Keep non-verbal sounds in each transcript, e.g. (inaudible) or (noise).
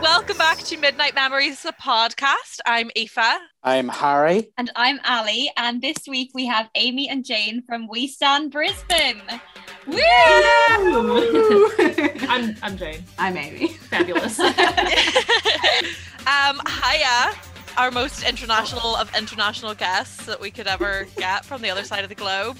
Welcome back to Midnight Memories, the podcast. I'm Aoife. I'm Harry. And I'm Ali, and this week we have Amy and Jane from We Stand Brisbane. Woo! I'm, I'm Jane. I'm Amy. (laughs) Fabulous. um, hiya, our most international of international guests that we could ever get from the other side of the globe.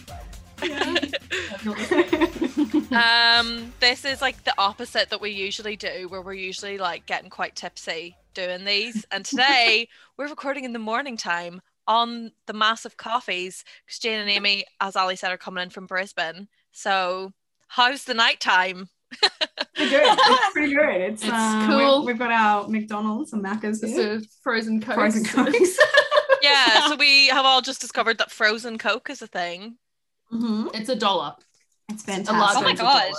Um, this is like the opposite that we usually do, where we're usually like getting quite tipsy doing these. And (laughs) today we're recording in the morning time on the massive coffees because Jane and Amy, as Ali said, are coming in from Brisbane. So, how's the night time? Pretty good. It's pretty good. It's, It's um, cool. We've, we've got our McDonald's and Macca's This here. is frozen coke. Frozen cokes. Yeah, so we have all just discovered that frozen Coke is a thing. Mhm. (laughs) It's a dollar. It's A fantastic. latte Oh my is a gosh.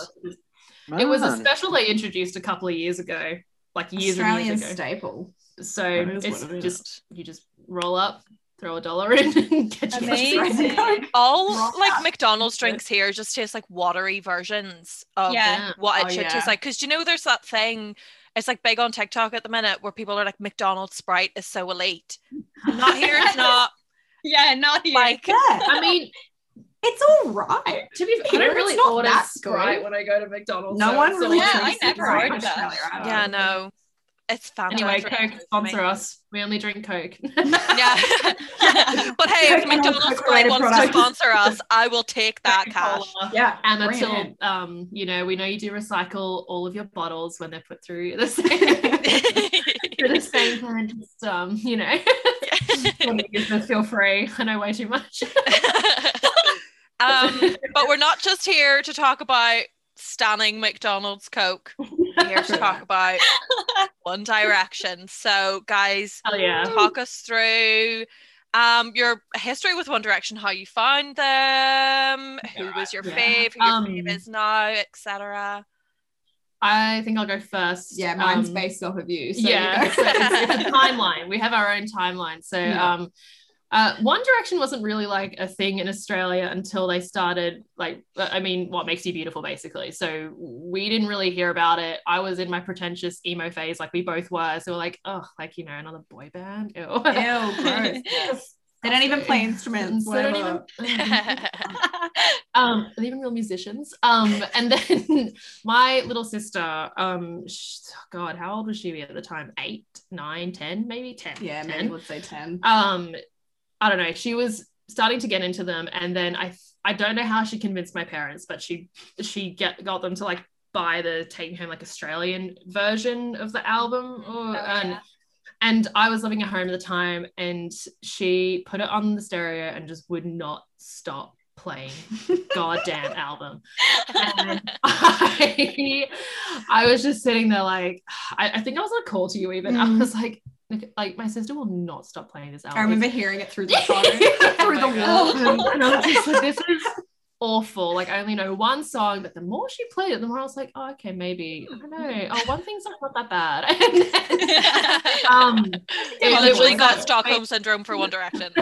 dollar. It was a Man. special they introduced a couple of years ago, like years and Australian years ago. staple. So That is it's what it is. just you just roll up, throw a dollar in, (laughs) and get your Amazing. (laughs) frozen coke. All Raw like fat. McDonald's drinks here just taste like watery versions of Yeah. what it Oh, should yeah. taste like. Because you know, there's that thing. It's like big on TikTok at the minute where people are like, McDonald's Sprite is so elite. Not here, (laughs) it's not Yeah, not you. (laughs) like. Yeah. I mean, It's all right. to be fair, I Here, don't really it's not order that Sprite good. when I go to McDonald's. No so one it's really all- Yeah, drinks I never Sprite ordered much that. now, right? Yeah, no. It's Fanta. Anyway, drink Coke for me. sponsor us. We only drink Coke. (laughs) Yeah. (laughs) but hey, if Coke and all McDonald's Sprite Coke-related wants to products. sponsor us, I will take that cash. Yeah. And bring it until in. um, you know, we know you do recycle all of your bottles when they're put through the same (laughs) through the same kind of just, um, you know. When you use the feel free. I know way too much. (laughs) um, but we're not just here to talk about stunning McDonald's Coke. We're here to talk about One Direction. So, guys, Oh yeah. talk us through um, your history with One Direction, how you found them, who was your Yeah. fave, who your Um, fave is now, (laughs) etc. I think I'll go first. Yeah, mine's Um, based off of you. So you yeah, go. so (laughs) it's, it's a timeline. We have our own timeline. So Yeah. um, uh, One Direction wasn't really like a thing in Australia until they started. Like, uh, I mean, what makes you beautiful, basically. So we didn't really hear about it. I was in my pretentious emo phase, like we both were. So we're like, oh, like you know, another boy band. Ew. (laughs) Ew, gross. They don't even play instruments. So (laughs) they don't whatever. even- um are they even real musicians um and then (laughs) my little sister um sh- god how old was she at the time eight nine ten maybe ten Yeah, maybe 10. let's say 10. um i don't know she was starting to get into them and then i i don't know how she convinced my parents but she she get got them to like buy the take home like australian version of the album or, Oh, and yeah. and I was living at home at the time, and she put it on the stereo and just would not stop playing the goddamn album. And I, I was just sitting there like, I, I think I was on a call to you even. I Mm. was like, "Nic- like my sister will not stop playing this album. I (laughs) remember hearing it through the Yeah. phone, (laughs) through the Oh my wall. (laughs) God. And I was just So this is awful. Like I only know one song, but the more she played it, the more I was like, oh, okay, maybe I don't know. Oh, one thing's not that bad. (laughs) And then, (laughs) um, I it literally was got a- Stockholm syndrome for One (laughs) Direction.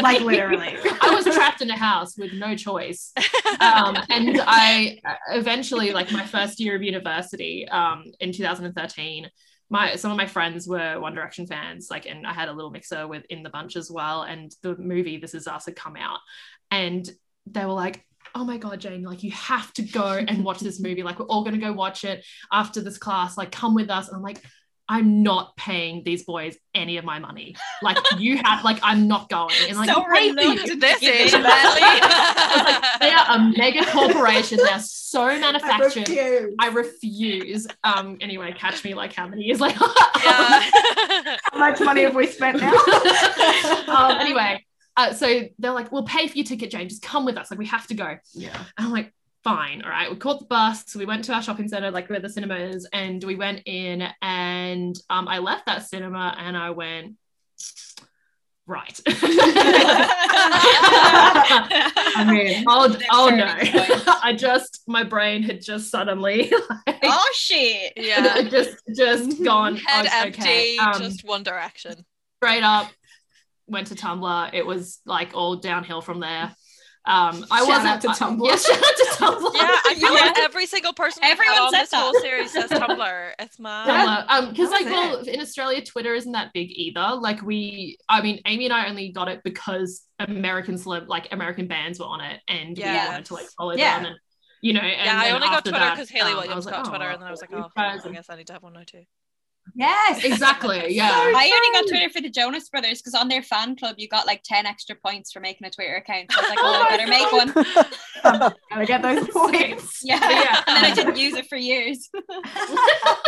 like literally. I was trapped in a house with no choice. Um, and I eventually, like my first year of university um, in 2013, my some of my friends were One Direction fans, like, and I had a little mixer with in the bunch as well. And the movie This Is Us had come out, and they were like, "Oh my god, Jane! Like, you have to go and watch this movie. Like, we're all gonna go watch it after this class. Like, come with us." And I'm like. I'm not paying these boys any of my money. Like you have, like I'm not going. And like So "Hey, reluctant this to give is in. they (laughs) Valley. are a mega corporation. They're so I manufactured. refuse. I refuse. Um. Anyway, catch me like how many years later. (laughs) yeah. How much money have we spent (laughs) now? um, anyway, uh, so they're like, "We'll pay for your ticket, Jane. Just come with us. Like we have to go." Yeah. And I'm like, fine, all right. We caught the bus. we went to our shopping center, like where the cinema is, and we went in. And um, I left that cinema and I went, right. (laughs) Oh, I mean, oh, Next oh no. turning point. (laughs) I just, my brain had just suddenly oh shit. Yeah. (laughs) just (laughs) just gone Head oh, empty, okay. Um, just one (laughs) direction. straight up went to Tumblr. It was like all downhill from there. Um, I Shout wasn't out to Tumblr. yeah, (laughs) shout out to Tumblr. Yeah, I feel Yeah. like every single person we've had Everyone on says this whole that. series (laughs) says Tumblr. It's mad. (laughs) Tumblr. Um, because like, That well, in Australia, Twitter isn't that big either. Like, we, I mean, Amy and I only got it because American celeb, like American bands were on it, and Yes. we wanted to like follow Yeah. them. And, you know, and Yeah, I then only got after Twitter that, because Haley um, I Williams was like, got oh, Twitter, well, and then I was like, these oh, guys I are- guess I need to have one now too. (laughs) Yes. exactly, Oh, yeah. I only got Twitter for the Jonas Brothers because on their fan club you got like ten extra points for making a Twitter account. So I was Oh like, well, I better make one. (laughs) Gotta get (laughs) those points. Yeah. But yeah, And then I didn't use it for (laughs) years. Oh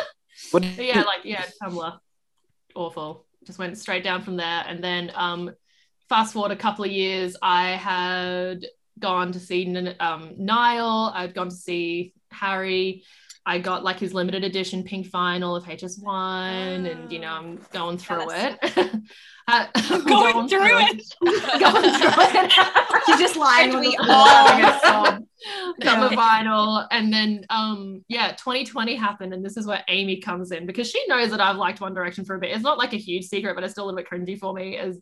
What But yeah, (laughs) like yeah, Tumblr. Awful. Just went straight down from there. And then um fast forward a couple of years, I had gone to see N- um Niall, I'd gone to see Harry. I got like his limited edition pink vinyl of HS1, and you know, I'm (gasps) going through Jealous. it. (laughs) Uh, I'm Going through (laughs) going through (laughs) it. She's (laughs) just lying And on we the floor. all- having (laughs) a sob. cover vinyl and then um yeah 2020 happened and this is where amy comes in because she knows that i've liked one direction for a bit it's not like a huge secret but it's still a little bit cringy for me as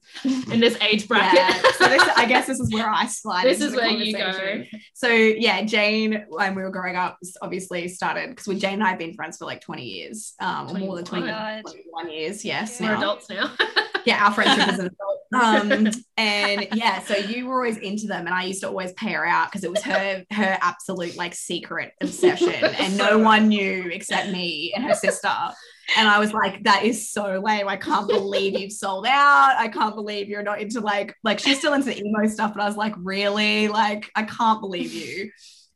in this age (laughs) bracket Yeah. So this, I guess this is where I slide. this into is the where you go conversation. So yeah, Jane, when we were growing up, obviously started because with Jane and I have been friends for like 20 years, um, or more than 20, 21. 21 years. Yes. we're now. adults now (laughs) yeah, our friendship is an adult. Um, and yeah, so you were always into them, and I used to always pay her out because it was her her absolute like secret obsession, and no one knew except me and her sister. And I was like, that is so lame. I can't believe you've sold out. I can't believe you're not into like like she's still into emo stuff, but I was like, really? Like, I can't believe you.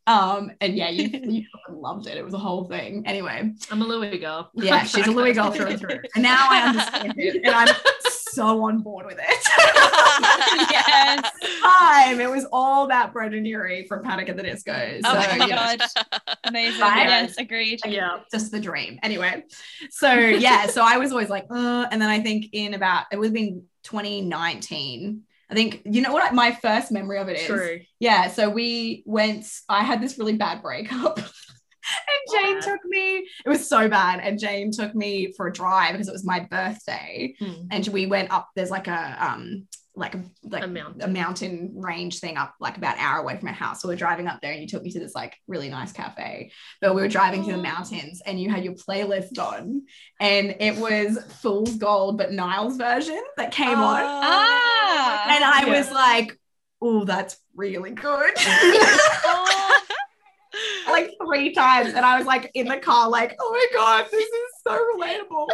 Um, and yeah, you, you fucking loved it. It was a whole thing. Anyway, i'm a louis girl (laughs) yeah, she's a Louis (laughs) girl through and through. (laughs) And now I understand it, and I'm so on board with it. (laughs) yes. Time it was all that Brendan Urie from Panic at the Disco. So Oh my yeah, God. Amazing. Right. Yes, agreed. yeah just the dream. Anyway, so yeah, so I was always like, uh, and then I think in about it would have been 2019. I think you know what my first memory of it is. true Yeah, so we went. I had this really bad breakup, (laughs) and Jane bad. took me. It was so bad, and Jane took me for a drive because it was my birthday, Hmm. and we went up. There's like a um, like a like a a mountain mountain range thing up like about an hour away from our house. So we we're driving up there, and you took me to this like really nice cafe. But we were driving through the Oh. mountains, and you had your playlist on, and it was Fool's Gold, but Niall's version that came on Oh, Ah. and I Yeah. was like, "Oh, that's really good." (laughs) like three times, and I was like in the car, like, "Oh my god, this is so relatable."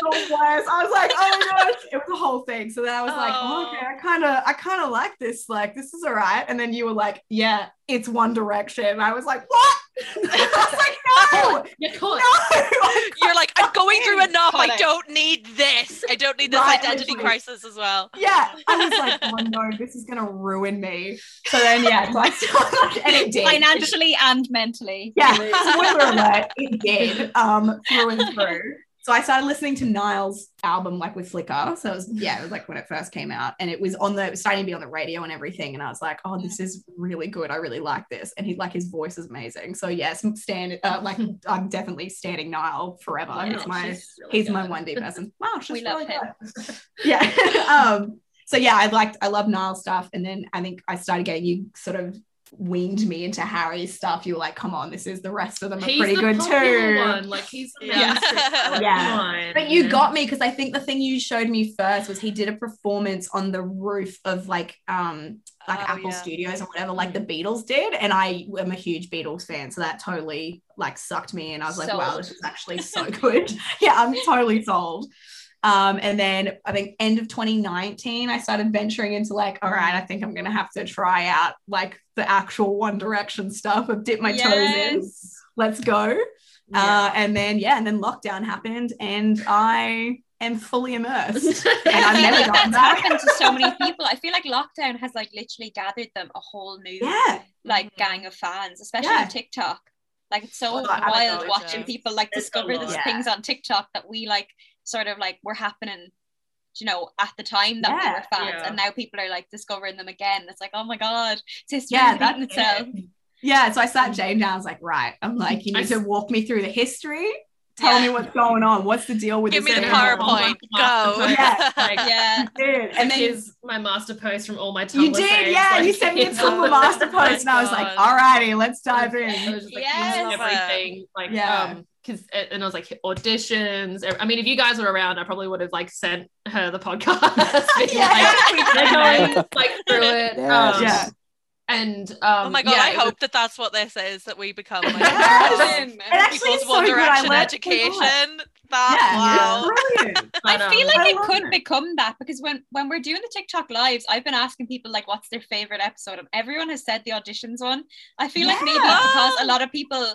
the worst. I was like, "Oh my gosh," it was a whole thing. So then I was like, oh, Oh. "Okay, I kind of, I kind of like this. Like, this is all right." And then you were like, "Yeah, it's One Direction." And I was like, "What?" (laughs) I was like, "No." yeah cool No, (laughs) I (laughs) You're like, I'm going through enough. I Iconic. don't need this. I don't need this Right, identity literally. crisis as well. yeah, I was like, oh no, this is gonna ruin me. So then, yeah, so I started, (laughs) and it did. Financially and mentally. Yeah, spoiler alert, (laughs) it did um, through and through. So I started listening to Niall's album like with Flickr. So it was yeah, it was like when it first came out, and it was on the it was starting to be on the radio and everything. And I was like, oh, this is really good. I really like this. And he like his voice is amazing. So yes, stand uh, (laughs) like I'm definitely standing Niall forever. Yeah, Oh, He's my she's really he's my good. one D (laughs) person. Wow, she's We love really him. good. (laughs) yeah. um. So yeah, I liked I love Niall's stuff, and then I think I started getting you sort of weaned me into Harry's stuff. You were like, come on, this is the rest of them are he's pretty the good popular too. one. like he's the Yeah. mainstream. Like, Yeah. come on, But you know? got me because I think the thing you showed me first was he did a performance on the roof of like um like Oh, Apple yeah. Studios or whatever, like the Beatles did. And I am a huge Beatles fan, so that totally like sucked me in. I was like, wow, Sold. this is actually so good. (laughs) yeah, I'm totally sold. Um, and then I think end of 2019, I started venturing into like, all right, I think I'm gonna have to try out like the actual One Direction stuff. I've dipped my toes in. Yes. Let's go. Yeah. Uh, and then yeah, and then lockdown happened, and I am fully immersed. And I've never like (laughs) that's gone back. happened to so many people. I feel like lockdown has like literally gathered them a whole new yeah, like gang of fans, especially Mm-hmm. Yeah. on TikTok. Like it's so Oh, I wild know, watching yeah. people like There's a discover lot. these Yeah. things on TikTok that we like sort of like were happening you know, at the time that we Yeah. were fans, Yeah. and now people are like discovering them again. It's like, oh my god, history (laughs) Yeah, yeah, that's repeating itself. it. Yeah, so I sat Jane down. I was like, right. I'm like, you I need to s- walk me through the history. Tell Yeah. me what's going on. What's the deal with Give me this the thing? Yeah. PowerPoint. Yeah. Go. Yeah. Like, (laughs) Yeah, Dude, and and then here's my master post from all my Tumblr you did, saves, yeah. like, you sent me a (laughs) it's couple all- master posts, and I was God. like, all righty, let's dive It in. was just like Yes. yes. everything, like Yeah. um, because and I was like auditions. ev- I mean, if you guys were around, I probably would have like sent her the podcast. (laughs) because, Yeah. (laughs) like, they're going like through it. Yes. Um, (laughs) Yeah. And um, oh my god! yeah, I it was- hope that that's what this is that we become. Like, Yes. um, It actually People's is so One good. I Direction learned so education. much. That Yeah, wow. it's (laughs) brilliant. but, I um, feel like I it love could it. become that because when when we're doing the TikTok lives, I've been asking people like, what's their favorite episode? And everyone has said the auditions one. I feel like maybe Yeah. because a lot of people,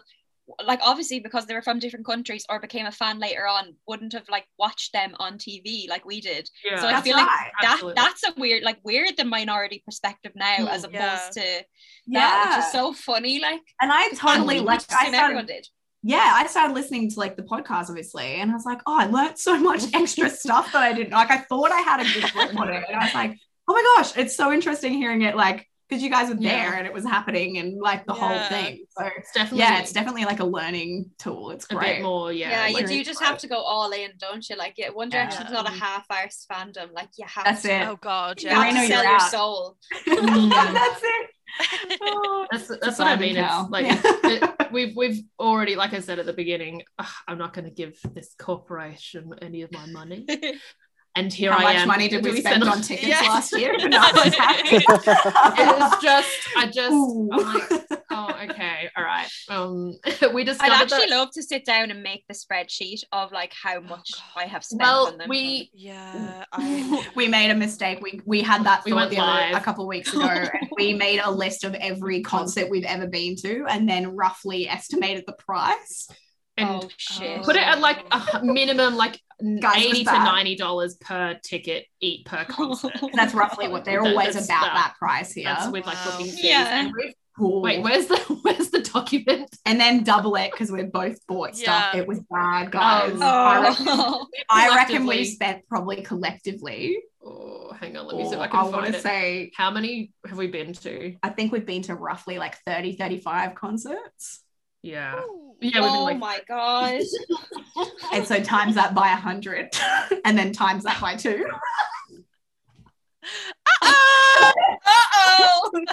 like obviously because they were from different countries or became a fan later on, wouldn't have like watched them on TV like we did. yeah. so I That's feel like right. That Absolutely. that's a weird like we're the minority perspective now Hmm. as opposed Yeah. to that, Yeah, which is so funny. Like and I totally and like. just I assume started everyone did. yeah, I started listening to like the podcast, obviously, and I was like, oh, I learned so (laughs) much extra stuff that I didn't like. I thought I had a good grip on it, and I was like, oh my gosh, it's so interesting hearing it, like because you guys were Yeah. there and it was happening and like the Yeah. whole thing. So it's definitely yeah, it's definitely like a learning tool. It's a great. (laughs) bit more. Yeah, Yeah, like- you do just have to go all in, don't you? Like, yeah, One Yeah. Direction's not a half-arsed fandom. Like, you have That's to it. Oh god! You Yeah, Yeah. I have know to you're sell your out. soul. That's it. (laughs) Oh. (laughs) That's that's what I mean. It's Barney like Cow. (laughs) it- we've we've already, like I said at the beginning, "Ugh, I'm not going to give this corporation any of my (laughs) money. And here How I much am. money did we, spend spend (laughs) on tickets Yes. last year? For not what's happening? It (laughs) was just, I just, Ooh. I'm like, oh, okay, all right. Um, (laughs) we discovered I'd actually that. love to sit down and make the spreadsheet of like how much God. I have spent well, on them. we yeah I, (laughs) we made a mistake. We we had that We thought went the other, live. a couple of (laughs) weeks ago, and we made a list of every concert we've ever been to, and then roughly estimated the price. and oh shit. put it at like a h- minimum, like n- Guys, it was eighty to bad. ninety dollars per ticket, (laughs) eat per concert. And that's roughly what they're (laughs) That- always that's about that that. price here. That's with like Wow. booking fees. Yeah. And we've- Cool. wait, where's the (laughs) where's the document? and then double it because we're both bought stuff. Yeah. It was bad, guys. Oh. I (laughs) reckon, oh. I reckon Collectively- we spent probably collectively. Oh, hang on, let me see if I Or can I want find to it. say, How many have we been to? I think we've been to roughly like 30, 35 (laughs) concerts. Yeah. Hmm. Ooh. Yeah, we've oh been like my god. (laughs) And so times that by 100 (laughs) and then times that by two. Uh-oh! (laughs) Oh. Uh-oh! (laughs)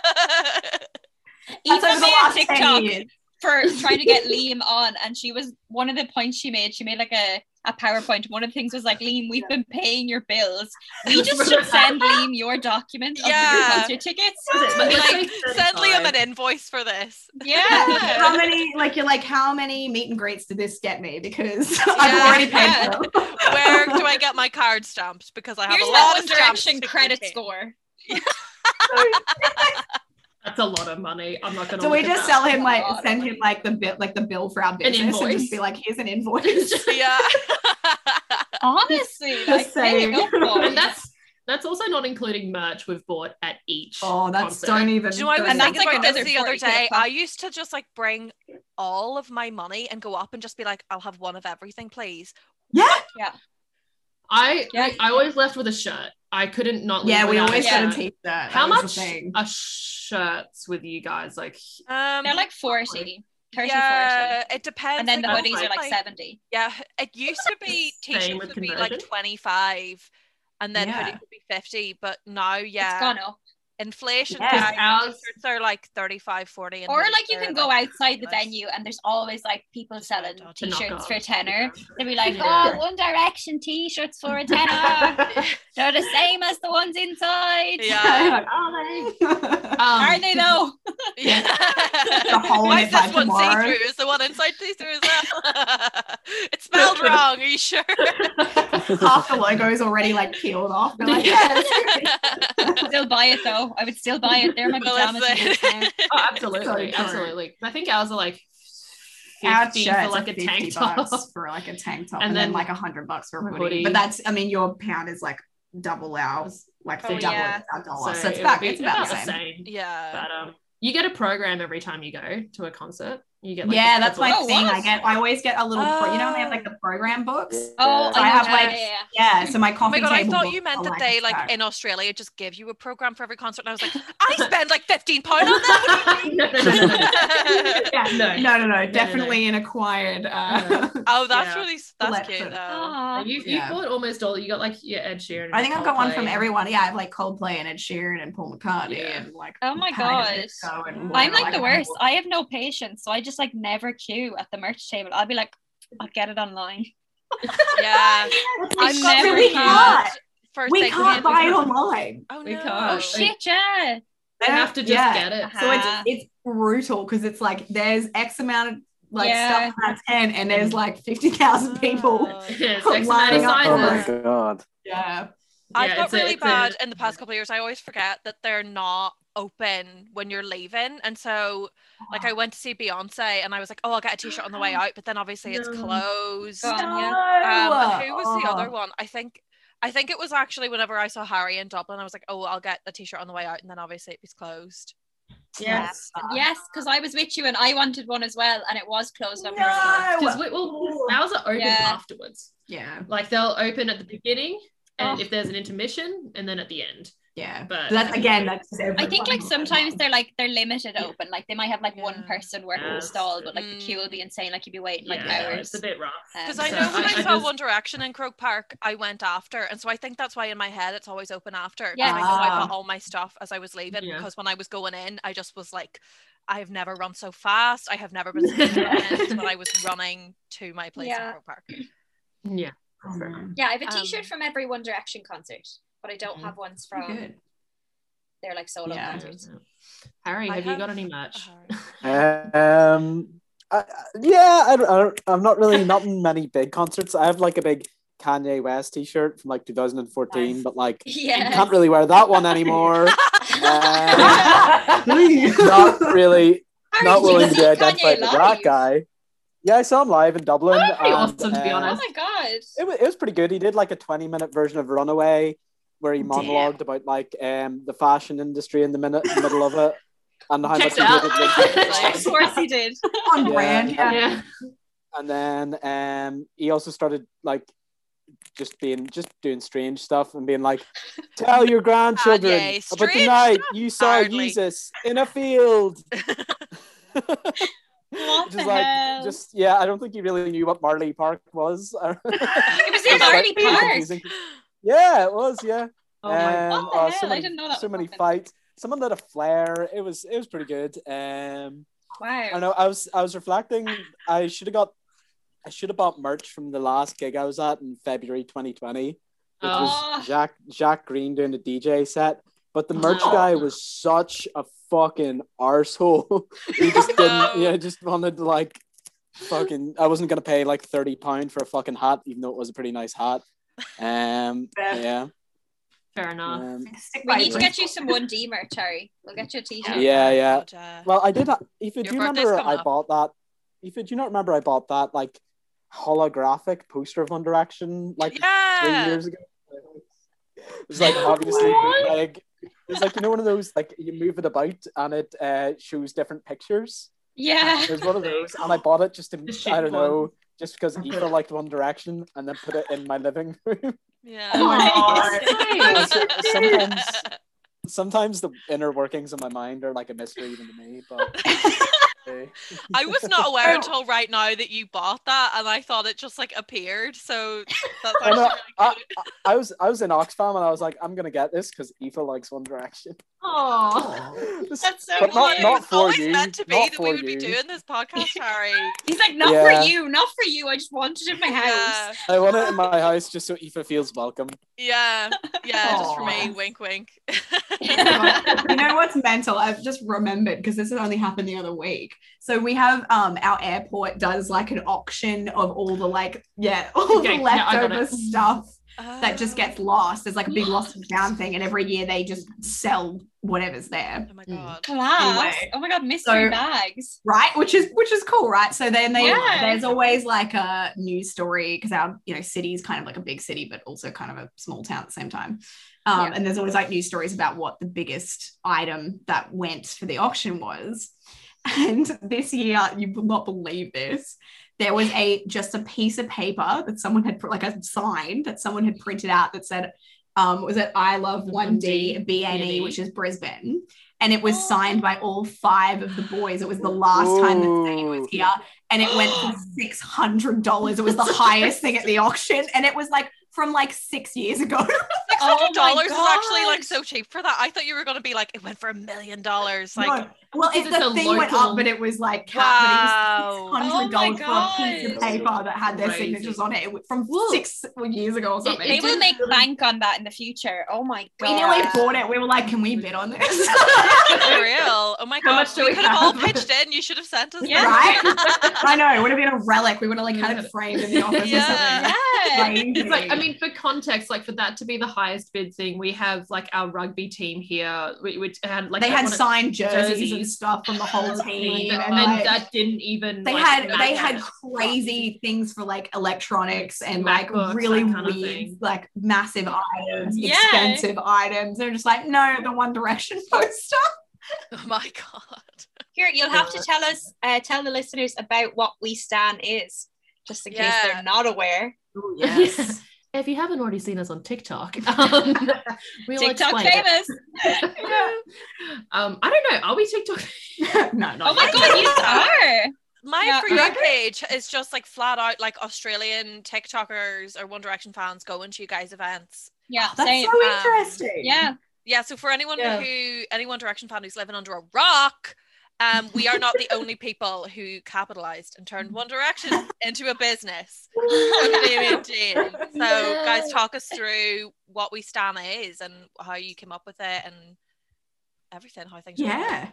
That's Eva over made the a last 10 (laughs) TikTok years. (laughs) for trying to get Liam on, and she was one of the points she made. She made like a a PowerPoint. One of the things was like, Liam, we've been paying your bills. We just should send Liam your document of Yeah. your concert tickets. But Be it's like, send Liam an invoice for this. how Yeah. many like you're like how many meet and greets did this get me because (laughs) i've Yeah, already paid yeah. (laughs) for them Where do I get my card stamps? Because I have Here's a that lot One of stamps Direction to credit contain. score. That's a lot of money. I'm not gonna so we look at just sell that. him like Oh, God. send him like the bill like the bill for our business and invoice. just be like here's (laughs) an invoice (laughs) Yeah. Honestly, Just like, there saying. you go, boy. and (laughs) that's that's also not including merch we've bought at each. oh that's concert. don't even Do you know, I was don't And even- that's thinking like about this another the other 40 quid day. a pop. I used to just like bring all of my money and go up and just be like, I'll have one of everything, please. yeah I Yeah. I always left with a shirt. I couldn't not. Leave yeah we without always a got shirt. a t-shirt How That was the much thing. are shirts with you guys? Like Um, They're like 40, 30, 40. yeah, it depends. And then the That's like, hoodies are like like- 70. Yeah, it used to be the same t-shirts with would be like conversion? 25 and then Yeah. hoodies would be 50, but now yeah, It's gone up. inflation Yeah. guys, Ours- t-shirts are like 35, 40 and Or hoodies like you are, can go outside the ridiculous. venue and there's always like people selling Dodge to knock t-shirts off. Um, for a tenner. They'll be (laughs) like, Yeah. oh, One Direction t-shirts for a tenner. (laughs) They're the same as the ones inside. (laughs) (laughs) Yeah. Um, Are they though? Yeah. The hole in Why it is this by one tomorrow. see-through? Is the one inside see-through as well? (laughs) it smelled wrong. Are you sure? half the logo is already like peeled off They're (laughs) like, yeah, still buy it though. I would still buy it. They're my Well, pajamas. it's and boots now. Oh, absolutely, true. absolutely. I think ours are like our fifty shirts for like are a tank 50 top. bucks for like a tank top And and, then, then like a hundred bucks for a a hoodie. hoodie. but that's i mean your pound is like double ours like Oh, for double yeah. our dollar so, it's it about would be it's about the same yeah. But um, you get a program every time you go to a concert. You get like, Yeah, the that's my Oh, thing. what? I get, I always get a little. pro- you know, when they have like the program books. Oh, (laughs) Oh, So I have, like, Yeah, so my Oh coffee my god, I table thought books you meant are that they like that. (laughs) in Australia just give you a program for every concert, and I was like, I spend like fifteen Oh, pound on (laughs) that. (laughs) What do you mean? oh, no, no, (laughs) no, no, Yeah, no. no, no, no, definitely an acquired. Uh, Oh, that's Yeah. really that's cute Alexa. though. Aw. You, you Yeah. bought almost all. You got like yeah, Ed Sheeran. (laughs) I think I've got one from Coldplay. everyone. Yeah, I have like Coldplay and Ed Sheeran and Paul McCartney Yeah. and like. Oh my Panic gosh. Disco and I'm whatever, like the a worst. whole- I have no patience, so I just like never queue at the merch table. I'll be like, I'll get it online. Yeah, I've I've got never really really queued. hard. for We secondhand can't buy it because- online. Oh no! We Oh can't. shit, yeah. They have to just Yeah. get it. (laughs) So it's Ah. it's brutal because it's like there's X amount of like Yeah. stuff that's in, and there's like fifty thousand (laughs) people. Oh. (laughs) Yes, Quit X amount of lining up. Oh sizes. my god. Yeah. Yeah, I've got it's a- really it's a- (laughs) bad in the past couple of years. I always forget that they're not open when you're leaving, and so like I went to see Beyonce, and I was like, oh, I'll get a T-shirt on the (gasps) way out, but then obviously it's No. closed. God. Um, yeah. Um, No. who was the Oh. other one? I think I think it was actually whenever I saw Harry in Dublin, I was like, oh, I'll get a t-shirt on the way out, and then obviously it was closed. Yes. Yes, because I was with you and I wanted one as well, and it was closed on Friday. Because No. we, well, ours are open Yeah. afterwards. Yeah. Like they'll open at the beginning, and Oh. if there's an intermission, and then at the end. Yeah. But- But that's again that's just I think like everyone. sometimes they're like they're limited Yeah. open. Like they might have like one Yeah. person working the Yes. stall, but like the Mm. queue will be insane. Like you'd be waiting like yeah, hours. it's a bit rough. Um, Because Um, I so know when I, I- I saw just- One Direction in Croke Park, I went after, and so I think that's why in my head it's always open after. Yeah. and I know I Ah. bought all my stuff as I was leaving Yeah. because when I was going in, I just was like, I have never run so fast. I have never been so (laughs) determined, but I was running to my place Yeah. in Croke Park. Yeah. Oh, man. (laughs) Yeah, I have a Um, T-shirt from every One Direction concert, but I don't Mhm. have ones Pretty from Good. their like solo Yeah. concerts. (laughs) Harry, I have, you have got any merch? a Um, I, I- yeah, I, don't- I don't, I'm not really not in many big concerts. I have like a big Kanye West T-shirt from like 2014, Nice. but like Yeah. can't really wear that one (laughs) anymore. Uh, not (laughs) Please. really, not did you willing to see be identified Kanye as that live? guy. Yeah, I saw him live in Dublin. That was pretty and, awesome, to be uh, Oh honest. my god. it was, it was pretty good. He did like a 20 minute version of Runaway where he monologued about like um, the fashion industry in the minute, middle of it and how Checked much he out. hated (laughs) Linkin Park. of course he (laughs) did. On brand. Uh-huh. Yeah. Yeah. And then um, he also started like just being just doing strange stuff and being like, tell your grandchildren Kanye, about strange the night you saw Hardly. Jesus in a field. What just the like hell? just yeah, I don't think he really knew what Marley Park was. (laughs) It It was in was Harley quite Park. confusing. Yeah, it was. Yeah. Oh Uh, my Um, What the oh, hell? So I many, didn't know that So was many happening. fights. Someone lit a flare. It was it was pretty good. Um, I don't Wow. know. I was I was reflecting. I should have got. I should have bought merch from the last gig I was at in February 2020, which Oh. Ah. was Jack Jack Green doing a DJ set. But the merch Oh. guy was such a fucking arsehole. (laughs) he just (laughs) No. didn't. Yeah, just wanted to like fucking. I wasn't gonna pay like thirty pound for a fucking hat, even though it was a pretty nice hat. (laughs) Um. Yeah. Yeah. fair enough. um, Stick We by need to your- get you some 1D merch, Harry. We'll get you a t-shirt. Yeah, yeah. God, uh, Well, I did. ha- If you Your do birthday's remember, coming I up. bought that. If you do not remember, I bought that like holographic poster of One Direction like yeah. three years ago. It was like obviously What? like it's like you know one of those like you move it about and it uh, shows different pictures. Yeah. It was one of those, and I bought it just to The shit I don't know one. just because Okay. Aoife liked One Direction, and then put it in my living room. (laughs) yeah. Oh my God. (laughs) Nice. sometimes, sometimes the inner workings of my mind are like a mystery even to me, (laughs) but. Okay. I was not aware Oh. until right now that you bought that, and I thought it just like (laughs) appeared. So that's Oh, actually no, really good. I was I was in Oxfam and I was like, I'm gonna get this because Aoife likes One Direction. Oh. (laughs) That's so But not- cute. not- it was for always you, meant to be not that we for would be you. doing this (laughs) podcast, Harry. (laughs) He's like, not Yeah. for you, not for you. I just wanted it in my house. yeah, I want it in my house just so Aoife feels (laughs) welcome. yeah, yeah. Just for me, Aw. wink, wink. you know what's mental? I've just remembered because this has only happened the other week. So we have um our airport does like an auction of all the like yeah (laughs) all Okay, the yeah, I got leftover it. stuff that just gets lost. There's like a big lost and found thing, and every year they just sell whatever's there, Oh my Mm. god. Class. Anyway. Oh my god, mystery So- bags. right? Which is which is cool, right? So then they Yeah. there's always like a news story because our you know city is kind of like a big city, but also kind of a small town at the same time. Um, Yeah. And there's always like news stories about what the biggest item that went for the auction was. (laughs) And this year, you will not believe this. There was a just a piece of paper that someone had pr- like a sign that someone had printed out that said, um, was it I love 1D BNE, E, which is Brisbane. And it was signed by all five of the boys. It was the last time that Zane was Ooh. here. And it went (gasps) for $600. It was the highest thing at the auction. And it was like from like six years ago. (laughs) Oh $600 my is actually like gosh. so cheap for that. I thought you were going to be like, it went for a million dollars. Like, No. Well, if Because it's the a thing went local- Oh up, but it was like Wow. hundred dollars for a piece of Oh my paper that had their Crazy. signatures on it. It was from Whoa. six years ago or something. It They will didn't make really- bank on that in the future. Oh my god. we nearly bought it. We were like, "Can we bid on (laughs) this?" for real. Oh my How god. much do We we could have all have? pitched in. You should have sent us. Yeah. that. Right? I know. It would have been a relic. We would have like had it framed in the office Yeah. or Yeah. something. It's like, I mean, for context, like for that to be the highest bid thing, we have like our rugby team here, whi- which had like they that had one- signed jerseys, and jerseys. stuff from the whole team, and, and, like, that didn't even. they like, had they match had it. crazy things for like electronics and MacBooks, like really that kind of weird thing. like massive items Yeah. expensive items they're just like no the one direction (laughs) poster Oh my god. Here, you'll have to tell us, uh, tell the listeners about what We Stand is, just in case Yeah. they're not aware. (laughs) yes. If you haven't already seen us on (laughs) TikTok, um, we'll TikTok explain it. famous. (laughs) (laughs) um, I don't know. Are we TikTok? (laughs) no no Oh my I god, don't you know. are. My Yeah. for you page is just like flat out like Australian TikTokers or One Direction fans going to you guys' events. Yeah, that's same. uh, so um, interesting Yeah. Yeah, so for anyone Yeah. who any One Direction fan who's living under a rock, um, we are (laughs) not the only people who capitalized and turned One Direction into a business. so guys, talk us through what We Stand is and how you came up with it and everything, how things were. (laughs) Yeah.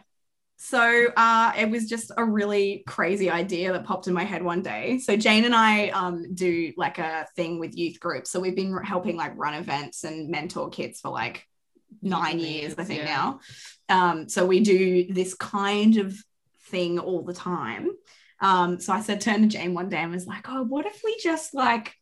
So uh, it was just a really crazy idea that popped in my head one day. So Jane and I um, do like a thing with youth groups. So we've been helping like run events and mentor kids for like nine years, I think Yeah. now. Um, so we do this kind of thing all the time. Um, so I said, turned to Jane one day and was like, oh, what if we just like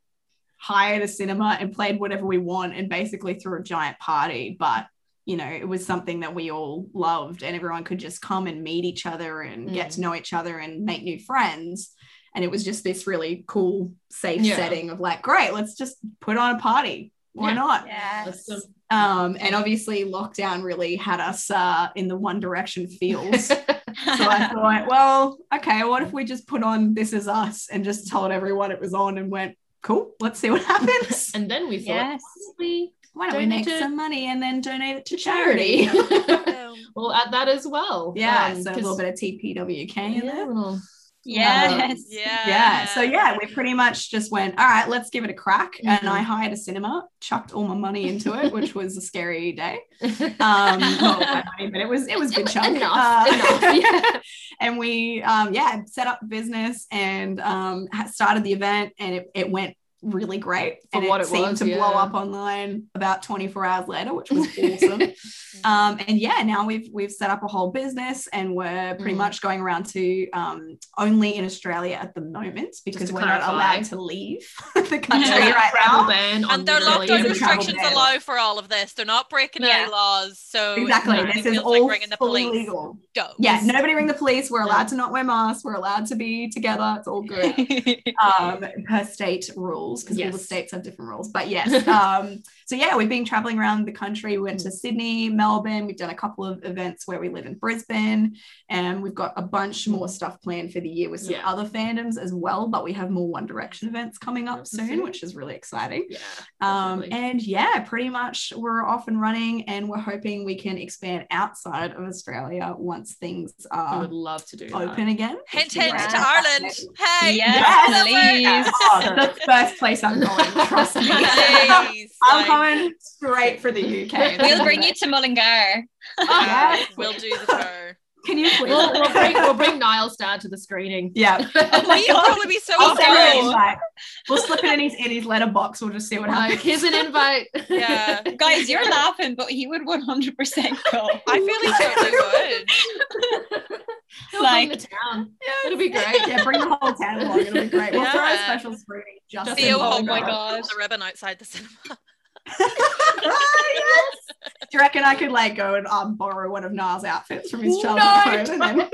hired a cinema and played whatever we want and basically threw a giant party, but you know, it was something that we all loved and everyone could just come and meet each other and get Mm. to know each other and make new friends. And it was just this really cool, safe Yeah. setting of like, great, let's just put on a party. Why Yeah. not? Yes. Awesome. Um, and obviously, lockdown really had us uh, in the One Direction (laughs) feels. So uh, I thought, well, okay, what if we just put on This Is Us and just told everyone it was on and went, cool, let's see what happens. (laughs) and then we thought, Yes. we Why don't Donate we make to- some money and then donate it to charity? charity. (laughs) Um, we'll add that as well. yeah, um, so a 'cause- little bit of TPWK in Yeah, there. (laughs) little- (laughs) yes. yeah. (laughs) Yeah. So yeah, we pretty much just went, all right, let's give it a crack. And Mhm. I hired a cinema, chucked all my money into it, (laughs) which was a scary day. Um, not all my money, but it was it was a good chunk. Enough. Uh, enough. (laughs) Yeah. and we um, yeah set up business and um, ha- started the event and it, it went really great For and what it, it seemed was, to blow yeah. up online about 24 hours later which (laughs) was awesome um, and yeah now we've we've set up a whole business and we're pretty Mm. much going around to um, only in australia at the moment because to we're not clarify. allowed to leave (laughs) the country There's a right travel now ban on And their literally lockdown is a every travel restrictions ban. allow for all of this. They're not breaking Yeah. any laws. So it's exactly not- this it is feels all like ringing the fully police. legal Go. yeah Yes. nobody ring the police we're No. allowed to not wear masks we're allowed to be together it's all good um, per state rules because all the Yes. states have different rules. But (laughs) yes, um, so yeah, we've been traveling around the country. We went Mm. to Sydney, Melbourne. We've done a couple of events where we live in Brisbane, and we've got a bunch more stuff planned for the year with some Mm. Yeah. other fandoms as well. But we have more One Direction events coming up Yes, soon, soon. which is really exciting. Yeah. Um, definitely. and yeah, pretty much we're off and running, and we're hoping we can expand outside of Australia once things I are would love to do that. Uh, open again. Hint, which we hint are to Ireland. Hey. Yes, Yes. Oh, the first place I'm going, (laughs) trust me. (laughs) I'm Please, like, coming straight for the UK. We'll bring you to Mullingar. yeah, Yes. We'll do the tour. Can you please? (laughs) We'll, we'll bring we'll bring Niles dad to the screening. yeah. (laughs) We'd probably be so I'll send him an awesome. invite. We'll slip it in his in his letterbox. We'll just see what (laughs) Like happens. here's an invite. Yeah. Guys, you're laughing, but he would 100% go. I feel he totally would. (laughs) He'll Like- bring the town. It'll be great. Yeah, bring the whole town along. It'll be great. We'll throw a Yeah. special screening just Just in Theo, Bulgar. oh my God. god, the ribbon outside the cinema. Ah, yes. Do you reckon I could like go and um, borrow one of Niall's outfits from his No, childhood home and then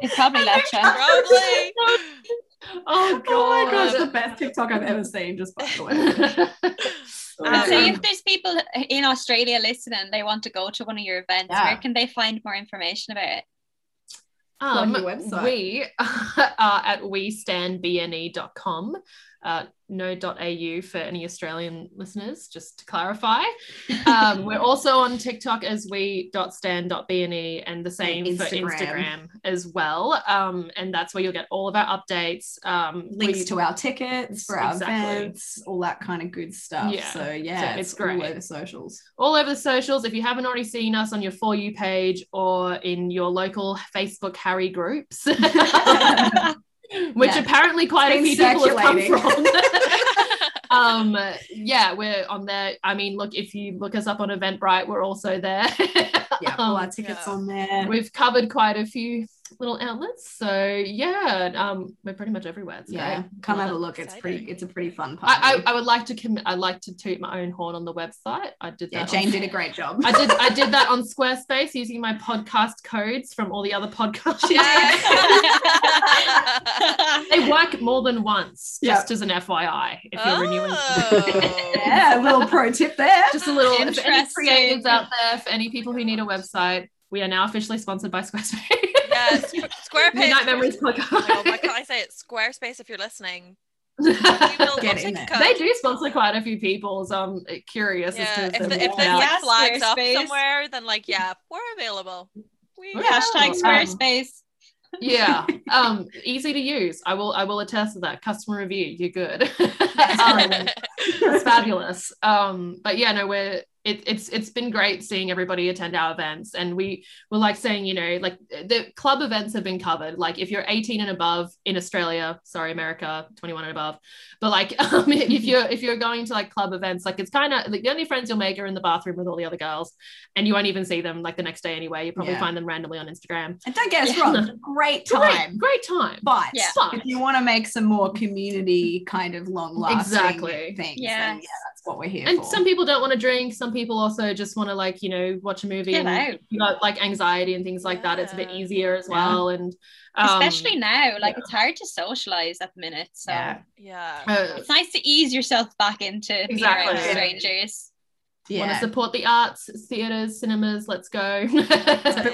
It's probably (laughs) left chest. Probably. Oh, (laughs) Oh my God. gosh, the best TikTok I've ever seen, just by the way. (laughs) And (laughs) (laughs) so, Um, if there's people in Australia listening, they want to go to one of your events, Yeah. where can they find more information about it? on your um, website. We (laughs) are at westandbne.com. E Uh, no .au for any Australian listeners, just to clarify. (laughs) Um, we're also on TikTok as we.stand.bne E and the same And for Instagram. Instagram as well. Um, and that's where you'll get all of our updates. Um, Links we- to our tickets for our Exactly. events, all that kind of good stuff. Yeah. So yeah, So it's it's, great. all over (laughs) socials. all over the socials. If you haven't already seen us on your For You page or in your local Facebook Harry groups, (laughs) which Yeah. apparently quite a few It's been people have come from. circulating. um, yeah, we're on there. I mean, look, if you look us up on Eventbrite, we're also there. (laughs) Um, Yeah, all our tickets yeah. on there. We've covered quite a few little outlets. So yeah, um, we're pretty much everywhere. It's yeah, great. come Love have a it. look. It's pretty. Exciting. It's a pretty fun party. I, I, I would like to com- I like to toot my own horn on the website. I did that. yeah, on- Jane did a great (laughs) job. I did I did that on Squarespace using my podcast codes from all the other podcasts. they work more than once, just as an FYI, (laughs) if you're renewing. Ah. Oh. yeah, a little pro tip there. (laughs) Just a little if any Interesting. creatives out there, for any people who need a website, we are now officially sponsored by Squarespace. (laughs) Yes, SquarePage. Midnight Memories podcast. Oh my god, I say it. Squarespace, if you're listening, we (laughs) will Get we'll in take a there. cut. they do sponsor quite a few people, so I'm curious yeah, as to if, the, they're if working this out. like Yeah, flags up Squarespace. somewhere, then like yeah, we're available. We Yeah. Hashtag Um, Squarespace. (laughs) yeah um easy to use i will i will attest to that customer review you're good (laughs) um, it's fabulous um but yeah no we're it, it's it's been great seeing everybody attend our events and we were like saying you know like the club events have been covered like if you're 18 and above in australia sorry america 21 and above but like (laughs) um, if you're if you're going to like club events like it's kind of like the only friends you'll make are in the bathroom with all the other girls and you won't even see them like the next day anyway you probably Yeah. find them randomly on instagram And don't get us Yeah. (laughs) wrong, great great time. great time But Yeah. But- if you want to make some more community kind of long lasting Exactly. things, then Yes. yeah, that's what we're here and for. some people don't want to drink some people also just want to like you know watch a movie Chill and out. you got like anxiety and things like that it's a bit Yeah. easier as Yeah. well and um, Especially now, like it's hard to socialize at the minute. So Yeah. yeah. uh, it's nice to ease yourself back into being around Exactly. strangers. want to yeah. support the arts theaters cinemas let's go (laughs) But (laughs)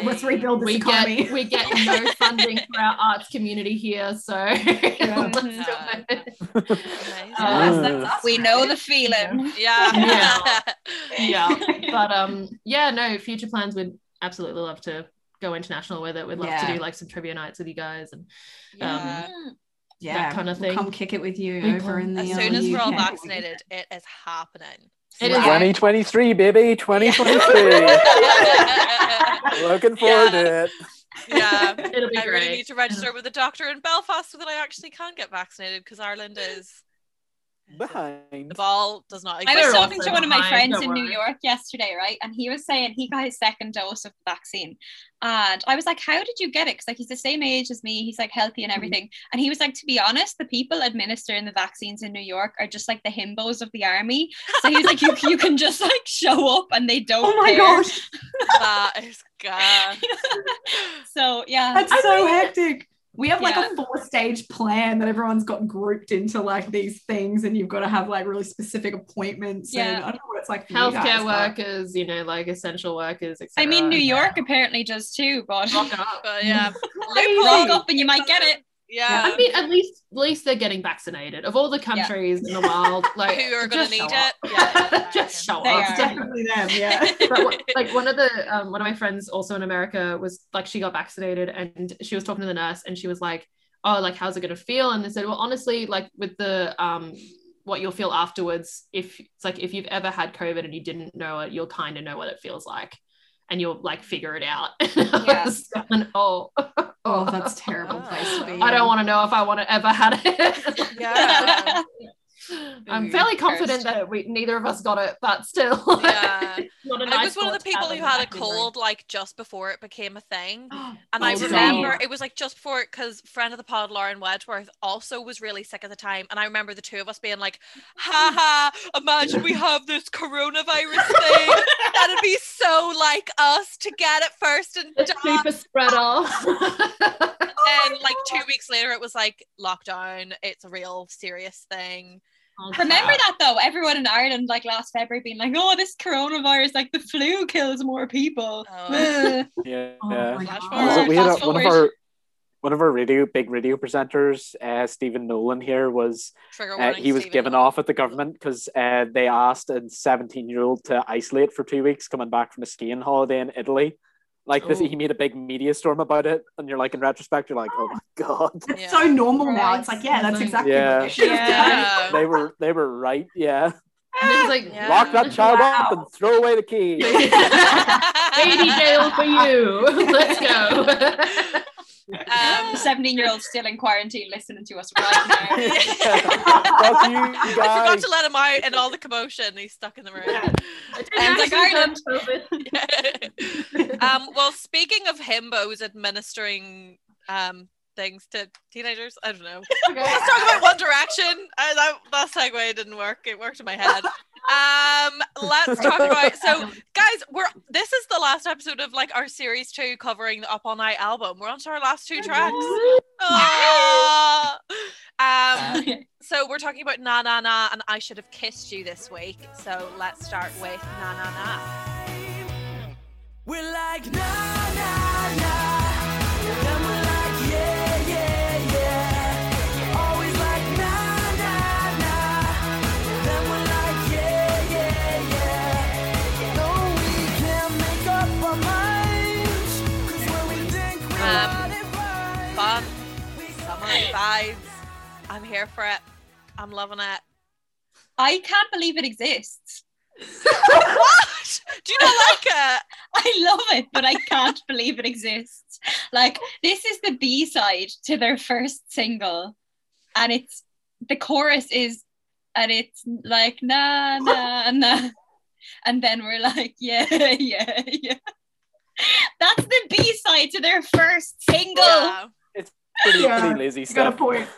let's rebuild this we economy. get we get no (laughs) funding for our arts community here so (laughs) let's do Yeah. Mm-hmm. it. Amazing. Uh, Yes, that's us, We right? know the Um, feeling. Yeah. yeah but um yeah no future plans would absolutely love to go international with it we'd love to Yeah. do like some trivia nights with you guys and (laughs) Yeah. Mm. (laughs) yeah, that kind of we'll thing. Come kick it with you We over in come- the as uh, soon as we're all UK. vaccinated, it is happening. It is- 2023, baby. (laughs) 2023. Looking forward to it. yeah. it'll be I great really need to register with a doctor in Belfast so that I actually can get vaccinated because Ireland is Behind. the ball does not I exist. was They're talking also to one of my behind, friends don't in New worry. York yesterday, right? And he was saying he got his second dose of the vaccine. And I was like, How did you get it? Because like he's the same age as me, he's like healthy Mm-hmm. and everything. And he was like, To be honest, the people administering the vaccines in New York are just like the himbos of the army. So he's like, (laughs) You you can just like show up and they don't Oh my care. gosh, that is gas. So yeah. that's so hectic. We have like Yeah. a four stage plan that everyone's got grouped into like these things, and you've got to have like really specific appointments. Yeah. And I don't know what it's like for you guys, healthcare but- workers, you know, like essential workers, I etc. mean New York apparently does too, but rock Rock up. But (laughs) yeah, (laughs) rock loophole. up and you might get it. Yeah. I mean, at least, at least they're getting vaccinated. Of all the countries (laughs) in the world, like Who are going just to need show it? up. Yeah. (laughs) just show They up. are. Definitely them, yeah. (laughs) But what- like one of the um, one of my friends also in America was like she got vaccinated and she was talking to the nurse and she was like, oh, like how's it gonna feel? And they said, well, honestly, like with the um, what you'll feel afterwards, if it's like if you've ever had COVID and you didn't know it, you'll kind of know what it feels like, and you'll like figure it out. (laughs) Yeah. And, oh, oh, that's a terrible place to be. (laughs) I don't want to know if I want to ever had it. Yeah. I'm Ooh, fairly cursed. confident that we neither of us got it, but still. Yeah. (laughs) not a I nice was one of thought the to people have in who the had a back of your brain. cold like just before it became a thing. And Oh, I same. remember it was like just before it because friend of the pod, Lauren Wedgeworth, also was really sick at the time. And I remember the two of us being like, ha ha, imagine we have this coronavirus thing. That'd be so like us to get it first and The die. super (laughs) (laughs) spreader. And like two weeks later, it was like lockdown. It's a real serious thing. (laughs) Remember that though, everyone in Ireland like last February being like, "Oh, this coronavirus, like the flu kills more people." Oh. (laughs) Ugh. Yeah. Oh yeah. my Flash God. forward. Was it- we had Fast a, one of forward. our one of our radio big radio presenters, uh, Stephen Nolan here was Trigger uh, warning. he was Stephen. given off at the government because uh, they asked a 17 year old to isolate for two weeks coming back from a skiing holiday in Italy. Like this, Oh. Ooh. he made a big media storm about it, and you're like, in retrospect, you're like, oh my (laughs) god, It's Yeah. so normal now. It's Right. like, yeah, that's Yeah. exactly Yeah. what you should have done. Yeah. (laughs) they were they were right, yeah. And it's like, Yeah. Lock that child up Wow. and throw away the (laughs) key. (laughs) (laughs) Baby jail for you. (laughs) Let's (laughs) go. (laughs) (laughs) Um, Seventeen-year-old still in quarantine, listening to us right (laughs) (laughs) now. Fuck you, you I forgot guys. to let him out and all the commotion. He's stuck in the room. And like Ireland. (laughs) Ireland. um, well, speaking of himbos administering um, things to teenagers, I don't know. Let's talk about One Direction. I, that, that segue didn't work. It worked in my head. Um, let's talk about so guys, we're this is the last episode of like our series two covering the Up All Night album. We're on to our last two tracks. Aw. Um, so we're talking about Na Na Na and I Should Have Kissed You this week. So let's start with Na Na Na. We're like na na na, then we're like yeah yeah yeah. Always like na na na, then we're like yeah yeah yeah. No, we can't make up our minds, 'cause when we think we Um, got it right, fun, we summer vibes. I'm here for it. I'm loving it. (laughs) (laughs) I can't believe it exists. what? Do you not like it? (laughs) I love it, but I can't (laughs) believe it exists. Like this is the B side to their first single, and it's the chorus is, and it's like na na na, (laughs) and then we're like (laughs) yeah yeah yeah. That's the B side to their first single. Yeah. Pretty, Yeah. pretty lazy You got a (laughs) stuff. point.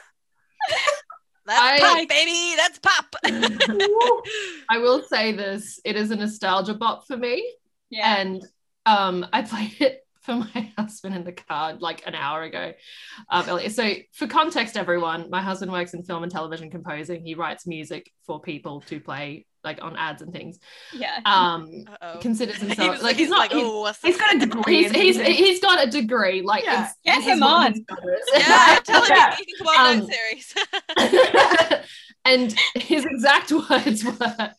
That's I- pop, baby. That's pop. I will say this it is a nostalgia bop for me. Yeah. and um, I (laughs) played it for my (laughs) husband in the car like an hour ago. Um, earlier. so, for context, everyone, my husband works in film and television composing. He writes music for people to play, like on ads and things. yeah. (laughs) Um, Uh-oh. considers Oh. (laughs) He was himself like he's not. he's- oh, what's He's this? got a degree. He's, in he's, music. he's got a degree. Like, Yeah. it's- Get this is him what on. he's got it. (laughs) yeah, (laughs) tell him Yeah. he can come on Um, that series. (laughs) (laughs) and his exact (laughs) words were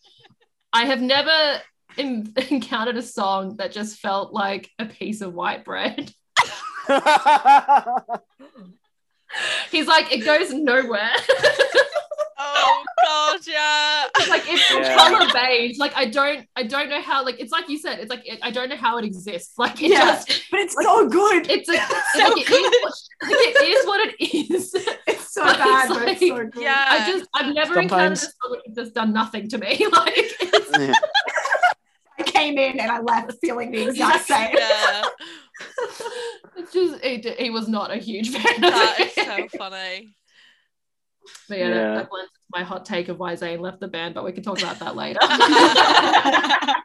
I have never en- (laughs) encountered a song that just felt like a piece of white bread. He's like, it goes nowhere. (laughs) oh god, yeah. It's like it's Yeah. color beige. Like I don't, I don't know how. Like it's like you said. It's like it, I don't know how it exists. Like it Yeah. just, But it's so good. it's a, (laughs) so like, it is what, like, it is what it is. (laughs) It's so It's bad, but it's so like- good. Yeah. I just, I've never encountered a Sometimes- song that has just done nothing to me. (laughs) Like it's I came in and I left feeling the exact same. yeah. it's just, it, he was not a huge fan. of That is it. so funny. (laughs) But yeah, Yeah. That, that blends into my hot take of why Zayn left the band, but we can talk about (laughs) that later. (laughs) I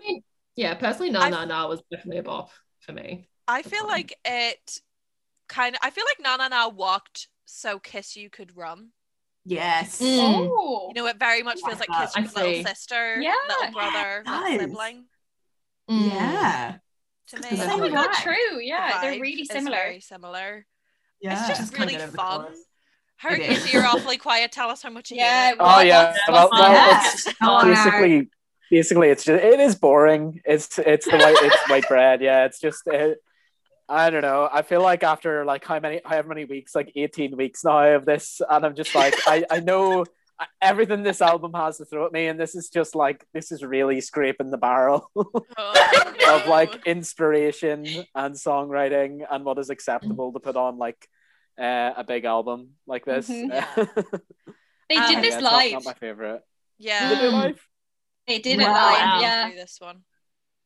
mean, yeah, personally, I- Nah Nah Nah was definitely a bop for me. I feel like it kind of I feel like Na Na Na walked so Kiss You Could Run. Yes. (laughs) Mm. oh. You know, it very much feels like Yeah, Kiss I Your Little see. Sister, Yeah. Little Brother, Yeah, it Little does. Sibling. Mm. Yeah. To It's me, the oh my same god, vibe. true. Yeah, vibe they're really is similar. very similar. Yeah. It's just Just kinda really get over the fun. chorus. Harry, It is. Casey, you're awfully quiet. Tell us how much you Yeah. hate (laughs) oh yeah, What's well, on well, that? it's- Oh, Oh, basically basically it's just it is boring it's it's the white it's (laughs) white bread yeah it's just it, i don't know i feel like after like how many however many weeks like 18 weeks now of this and i'm just like i i know everything this album has to throw at me and this is just like this is really scraping the barrel (laughs) it. Oh, no. (laughs) of like inspiration and songwriting and what is acceptable to put on like uh, a big album like this. Mhm. (laughs) Uh, They Um, did yeah, this it's not- live. Not, my favorite. Yeah. Did they do Mm. live? They did it Wow. live. I Yeah. knew this one.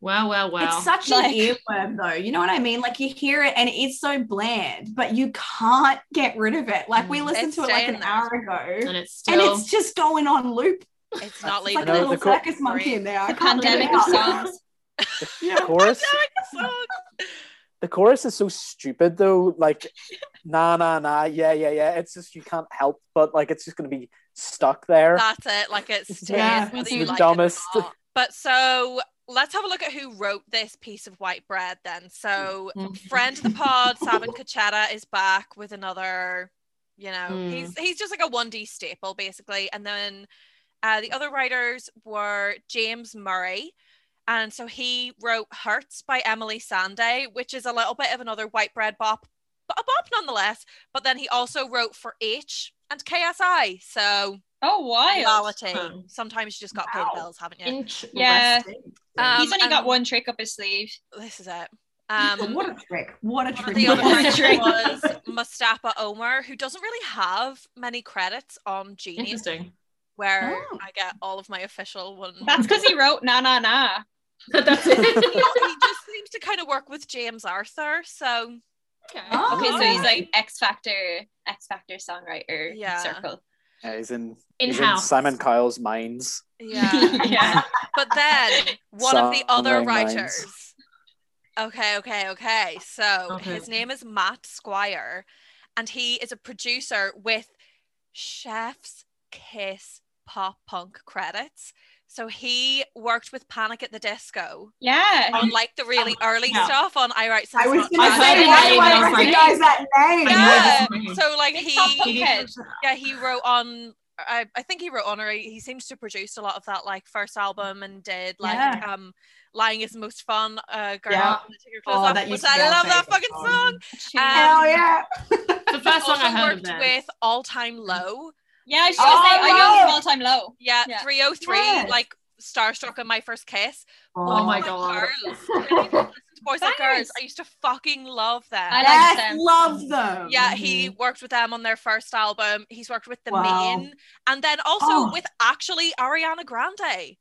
Well, well, well. It's such Like- an earworm, though. You know what I mean? Like you hear it and it's so bland, but you can't get rid of it. Like we Mm. listened It's to it like staying an there. hour ago, and it's and still. it's just going on loop. It's not It's leaving. like a know, little the co- circus monkey in there. I The can't get it pandemic of out. songs. (laughs) The chorus. Oh, Song. The chorus is so stupid though. Like, nah, nah, nah. Yeah, yeah, yeah. It's just you can't help but like it's just gonna be stuck there. That's it. Like it stays Yeah, whether it's you the like dumbest. it or not. But so let's have a look at who wrote this piece of white bread then. So Mm. friend of the pod, Savin Cachetta, is back with another, you know, Mm. he's he's just like a 1D staple basically. And then uh, the other writers were James Murray. And so he wrote Hurts by Emily Sande, which is a little bit of another white bread bop, but a bop nonetheless. But then he also wrote for H and KSI. So Oh, wild. reality. Wow. Sometimes you just got Wow. paid bills, haven't you? Interesting. Yeah. Um, He's only got and- one trick up his sleeve. this is (laughs) it. Um, what a trick! One What a of trick! the other One ones trick. was Mustapa Omar, who doesn't really have many credits on Genius, (laughs) Interesting. where Oh. I get all of my official ones. That's because he wrote Na Na Na. That's it. he just seems to kind of work with James Arthur, so (laughs) okay. Oh. Okay, so he's like Alright. X Factor, X Factor songwriter Yeah. circle. Yeah, he's in, In he's in house. Simon Kyle's minds. (laughs) yeah. yeah. But then one of the other Songwriting lines. writers. Okay, okay, okay. So Okay. his name is Matt Squire, and he is a producer with Chef's Kiss pop punk credits. So he worked with Panic at the Disco (laughs) Yeah. on like the really early yeah. stuff on I Write Songs. Um, I Not was gonna I've Jazz. heard say the why name, do I I recognize was like- that name? Yeah. I know this So like It's he, not he- Punkhead. yeah, he wrote on. I, I think he wrote Honorary. He seems to produce a lot of that like first album and did like Yeah. um Lying is the most fun uh girl Yeah. take your Oh, clothes off, that which used to I be our love that favourite fucking song. song. Uh, Hell yeah! the first Also song I heard of worked them. with All Time Low. yeah, I was just gonna say, I Oh, know Alright. it's all time low. Yeah, Yeah. 303 Yes. like Starstruck and My First Kiss. oh my Boys (laughs) Like Girls. I didn't even god. listen to Boys Like Girls. Bangers. I used to fucking love them. I like yes, them. love them. Yeah, he Mm-hmm. worked with them on their first album. He's worked with The Wow. Main and then also Oh. with actually Ariana Grande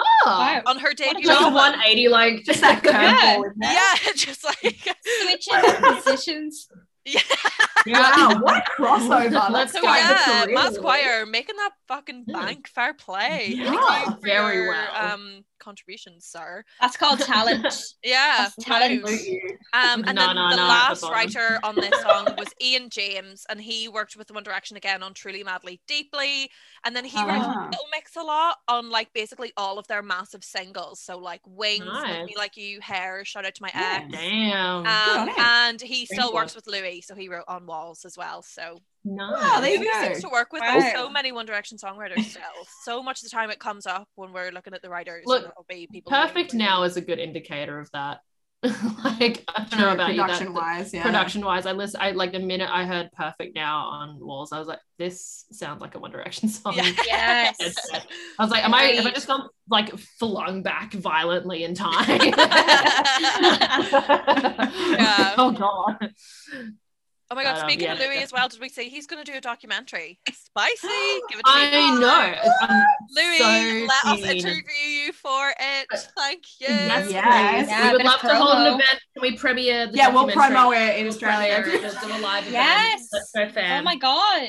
Oh. Wow. on her debut. Just a album. 180, like Just that curveball. in there. Yeah, (laughs) just like Switching positions. yeah. (laughs) Wow, what a crossover. Let's So go. Guys, that's yeah, a Matt really- Squire making that fucking Mm. bank. Fair play. Thank Yeah. you for Very your, well. Um, contributions, sir. That's called talent. (laughs) Yeah. That's talent. wow. Absolutely. Um, and No, then the no, no, at the last bottom. writer on this song was Ian James, and he worked with One Direction again on Truly Madly Deeply. And then he wrote Ah. Little Mix a lot on like basically all of their massive singles. So like Wings, Nice. Love Me Like You, Hair, Shout Out to My Yeah. Ex. Damn. Um, Good on him. and he still Rainbow. works with Louis, so he wrote on Walls as well. So Wow, there nice. Louis you go. seems to work with Wow. like, so many One Direction songwriters (laughs) still. so much of the time it comes up when we're looking at the writers. Look, and it'll be people who- Perfect now is a good indicator of that. (laughs) like I don't know about you. that- production wise, yeah. Production wise, I listen. I like the minute I heard "Perfect Now" on Walls, I was like, "This sounds like a One Direction (laughs) song." Yeah. Yes. (laughs) I was like, "Am I? Have I Agreed. just gone like flung back violently in time?" Yeah. (laughs) Oh god. (laughs) Oh my god, Um, speaking yeah, of Louis yeah. as well, did we say he's going to do a documentary? Spicy. (gasps) Give it to me. I know. um, I'm Louis, so let us keen. interview you for it. Thank you. Yes, Yes. please. Yeah, we a would bit of love to hold an promo. event. Can we premiere the Yeah, we'll documentary? promo it in We'll Australia. premiere it. We'll do a live event. Yes. Let's go fam. Oh my god.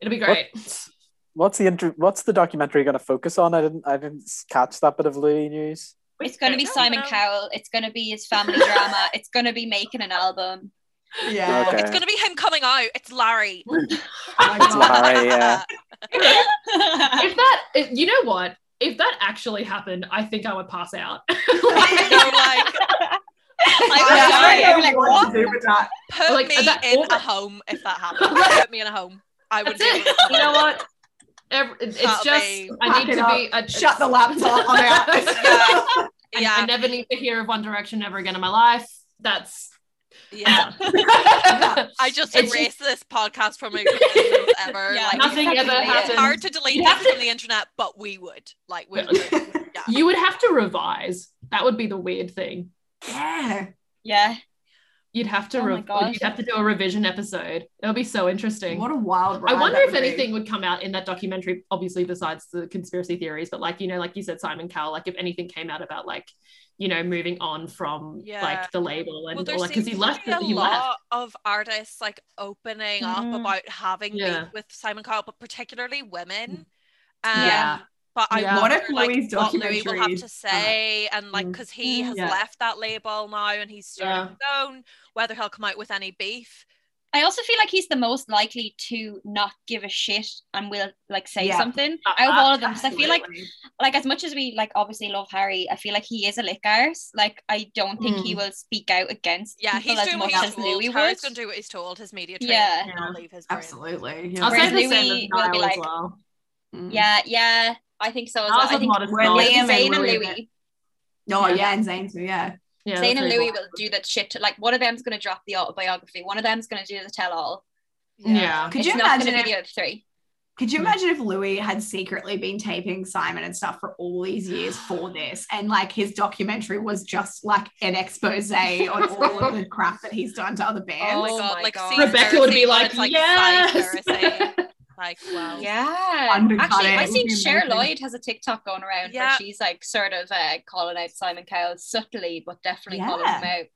It'll be great. What's, what's the inter- What's the documentary going to focus on? I didn't. I didn't catch that bit of Louis news. It's gonna be don't Simon know. Cowell. It's gonna be his family drama. It's gonna be making (laughs) an album. (laughs) (laughs) Yeah. Okay. It's going to be him coming out. It's Larry. Oh my It's God. (laughs) Larry. (laughs) Yeah. If that, if, you know what? If that actually happened, I think I would pass out. (laughs) You know, like, Yeah, I I'm sorry. don't I'm know like, what what? to do with that. put Like, me that- in all a that- home if that happened. put me in a home. I would That's be able it. to come You know out. what? Every, it's That'll just be- I need to Pack be a, Shut the laptop. (laughs) I'm out. I- Yeah. I never need to hear of One Direction ever again in my life. That's yeah. I (laughs) just It's erase this podcast from my (laughs) existence ever. Yeah, like, nothing Exactly. ever It's It's hard happens. to delete You have things from the internet, but we would. Like, we would. Yeah. (laughs) You would have to revise. That would be the weird thing. yeah. Yeah. You'd have to Oh my rev- gosh. you'd have to do a revision episode. It'll be so interesting. What a wild ride. I wonder that if would be. anything would come out in that documentary, obviously, besides the conspiracy theories, but like, you know, like you said, Simon Cowell, like if anything came out about like, you know, moving on from Yeah. like the label and Well, there or like because seems he to left be it, a he lot left. Mm-hmm. of artists like opening Mhm. up about having Yeah. Mm. beef with Simon Cowell, but particularly women. Um, Yeah. But I Yeah. wonder What if like, Louis' what Louis will have documentary to say, and like Mm. because he has Yeah. left that label now and he's starting his own. Whether he'll come out with any beef, I also feel like he's the most likely to not give a shit and will like say Yeah. something Uh, out of all of them. 'Cause I feel like Absolutely. like as much as we like obviously love Harry, I feel like he is a lick arse. Like I don't think Mm. he will speak out against yeah, people he's as doing much what he's as told. Louis Harry's would. going to do what he's told. His media training, Yeah. and he'll leave his brain. absolutely. Yeah. I'll say Whereas the same Louis with will be Niall like, as well. Mm. Yeah, yeah. I think so as Niall's well. I a think modest Where guy. Liam like, and Zayn and Louis- Louis. Oh yeah, and Zane too. Yeah. Yeah, Zayn and that's Louis right. will do that shit. Like one of them's gonna drop the autobiography, one of them's gonna do the tell all. Yeah. Could it's you not imagine gonna if be the other three. Could you Mm. imagine if Louis had secretly been taping Simon and stuff for all these years (gasps) for this, and like his documentary was just like an expose (laughs) on all of the crap that he's done to other Oh bands? my god, like God. see Rebecca would be Cersei, but like, it's, like yes. Cersei. like wow, Yeah. Undercut Actually, it. I seen It'd be Cher amazing. Lloyd has a TikTok going around Yeah. where she's like sort of uh, calling out Simon Cowell subtly, but definitely calling Yeah. him out.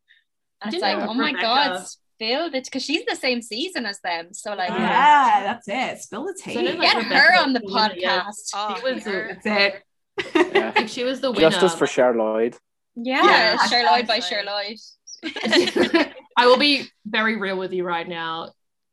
And it's Didn't like, know oh my Rebecca- god, spill it because she's the same season as them. So like, yeah. that's it. Spill the tea. So then, like, get her Rebecca on the Hall, yeah. podcast. oh, He was a- her. that's it. Yeah. If she was the winner, Justice (laughs) for Charlotte. Yeah, Yeah. Cher Lloyd by Honestly. Cher Lloyd. I will be very real with you right now.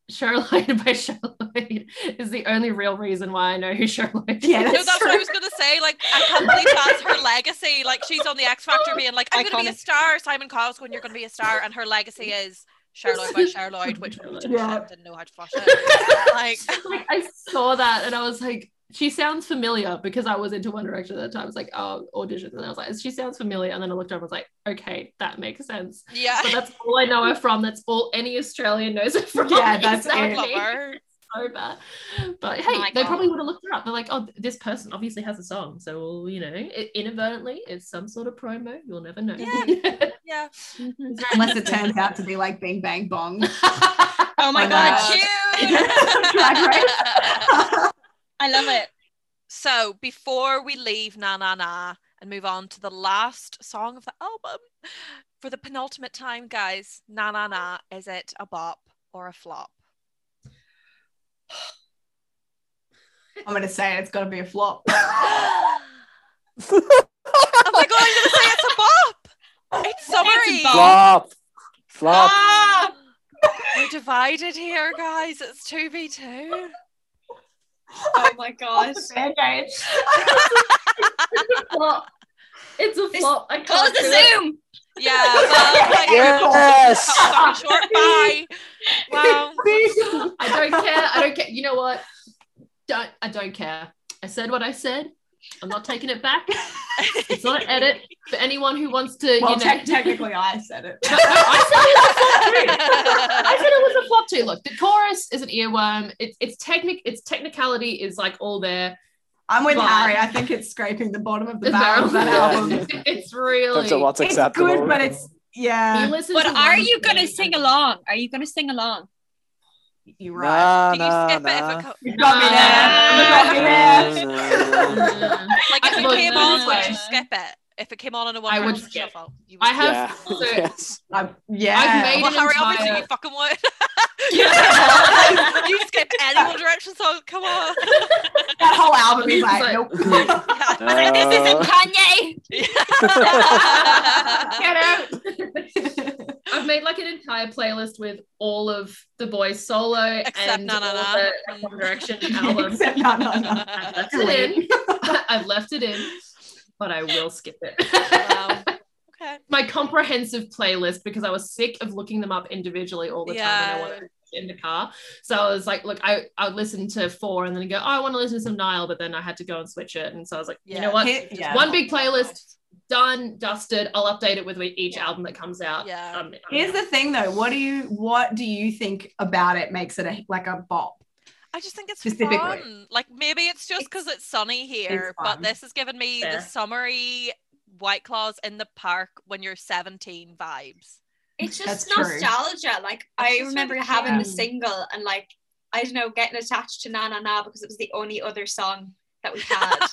Charlotte by Charlotte is the only real reason why I know who Charlotte is. Yeah, No, that's that's what I true. was gonna say. Like, I can't believe that's her legacy. Like, she's on the X Factor being like, "I'm gonna be a Iconic. star." Simon Cowell's going, "You're gonna be a star," and her legacy is Charlotte by Charlotte, (laughs) which Yeah. didn't know how to flush it. (laughs) Like, (laughs) Like, I saw that and I was like, she sounds familiar because I was into One Direction at the time. I was like, oh, auditions. And I was like, she sounds familiar. And then I looked up and was like, okay, that makes sense. yeah, But that's all I know her from. That's all any Australian knows her from. (laughs) Yeah, that's I exactly. would love her. so bad. But hey, Oh my they God. probably would have looked her up. They're like, oh, this person obviously has a song. So, well, you know, it, inadvertently, it's some sort of promo. You'll never know. (laughs) Yeah. Yeah. (laughs) Unless it turns out to be like Bing Bang (laughs) Bong. Oh my Oh my god, God. (laughs) Drag Cute. Race. I love it. so before we leave Na Na Na and move on to the last song of the album, for the penultimate time, guys, Na Na Na, is it a bop or a flop? I'm gonna say it's gotta be a (laughs) flop. Oh (laughs) my god, I'm gonna say it's a bop. (laughs) It's summery. It's a bop. Flop. Flop. Ah! We're divided here, guys. It's two v two. Oh my gosh. flop. It's a flop. I Close can't do the it. Zoom. Yeah. (laughs) Well, like, Yes. cut the story (laughs) short. Bye. (laughs) Well, I don't care. I don't care. You know what? Don't I don't care. I said what I said. I'm not taking it back. It's not an edit for anyone who wants to. well, you know, tec- technically I said (laughs) it. No, no, I said it was a flop too. I said it was a flop too. Look, the chorus is an earworm. It's it's technic. Its technicality is like all there. I'm with But- Harry. I think it's scraping the bottom of the The barrel of that barrel. album. (laughs) it's really. That's a what's It's acceptable. good, but it's You yeah. listen But to are one you gonna thing sing and- along? Are you gonna sing along? You're Nah, did you nah, skip it? nah. (laughs) If it co- You got me there. You got me there. Nah, nah, nah. Mm. like if I- it look, came no, on, no, would no. you skip it? If it came on in a one I would person skip. shuffle, you would I skip it. Yeah. have. So, (laughs) Yes. I'm- yeah. I've made Well, an Harry, obviously entire- you fucking would. (laughs) (laughs) Yeah. you skip any One Direction song. Come (laughs) on. (laughs) that whole album is It's like, like- nope. Yeah. I was like, this isn't Kanye. (laughs) Get out. (laughs) I've made like an entire playlist with all of the boys solo Except and Na Na all Na. the One Direction (laughs) albums. Except (laughs) no, no, no. I've left it in. (laughs) I've left it in, but I will skip it. Wow. Okay. My comprehensive playlist because I was sick of looking them up individually all the time when I Yeah. was in the car. So I was like, look, I, I would listen to four and then go, oh, I want to listen to some Nile, but then I had to go and switch it. And so I was like, you Yeah. know what? Hit- yeah. One big playlist, done, dusted. I'll update it with e-, each album that comes out. Yeah. Um, Here's the thing though. What do you what do you think about it makes it a like a bop? I just think it's Specifically. fun. Like maybe it's just because it's, sunny here, but fun. this has given me the Fair. summery White Claws in the park when you're 17 vibes. It's just That's true. nostalgia. Like I just remember really having the cute. single and like I don't know, getting attached to Na Na Na because it was the only other song that (laughs) we had.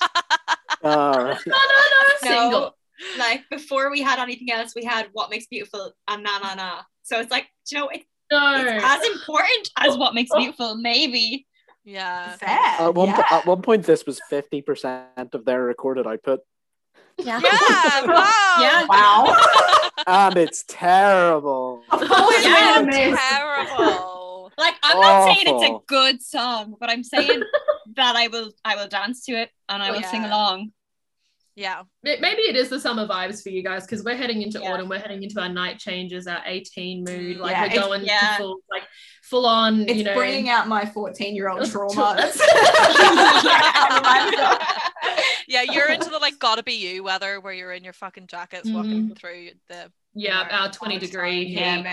Oh, No, no, no, (laughs) No. single. like before we had anything else, we had What Makes Beautiful and Na Na Na. So it's like, do you know, it, it's No. as important as What Oh. Makes Beautiful, maybe. yeah. Fair. at, one po- yeah. at one point, this was 50% of their recorded output, Yeah. (laughs) Yeah. Wow. Yeah. (laughs) Wow. and it's terrible. Of course, Yeah, we're gonna miss. Terrible. Like I'm not saying it's a Awful. good song, but (laughs) I'm saying that I will I will dance to it and I Oh, will sing yeah. (laughs) along. (laughs) Yeah. May- Maybe it is the summer vibes for you guys because we're heading into Yeah. autumn. We're heading into our night changes, our 18 mood. Like Yeah, we're it's- going yeah. to full, like full on. It's you know, bringing out my 14 year old trauma. (laughs) Yeah. You're into the like gotta be you weather where you're in your fucking jackets Mm-hmm. walking through the yeah, Yeah. our 20 degree. (laughs) yeah, heat.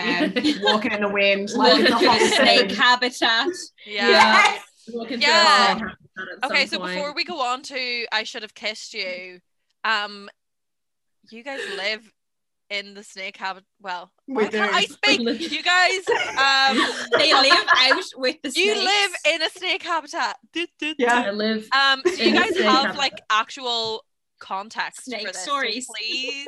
man. (laughs) Walking in the wind like it's a hot Snake snake. habitat. yeah. (laughs) Yes. Walking through Yeah. our summer habitat at Okay, so some point. before we go on to I should have kissed you, um you guys live in the snake habit well We why can't do. I speak live- (laughs) you guys um They live (laughs) out with the you snakes. live in a snake habitat. Du- du- du. Yeah. I live. Um, so you In a guys snake have habitat. like actual context Snake for this. so stories. (laughs) please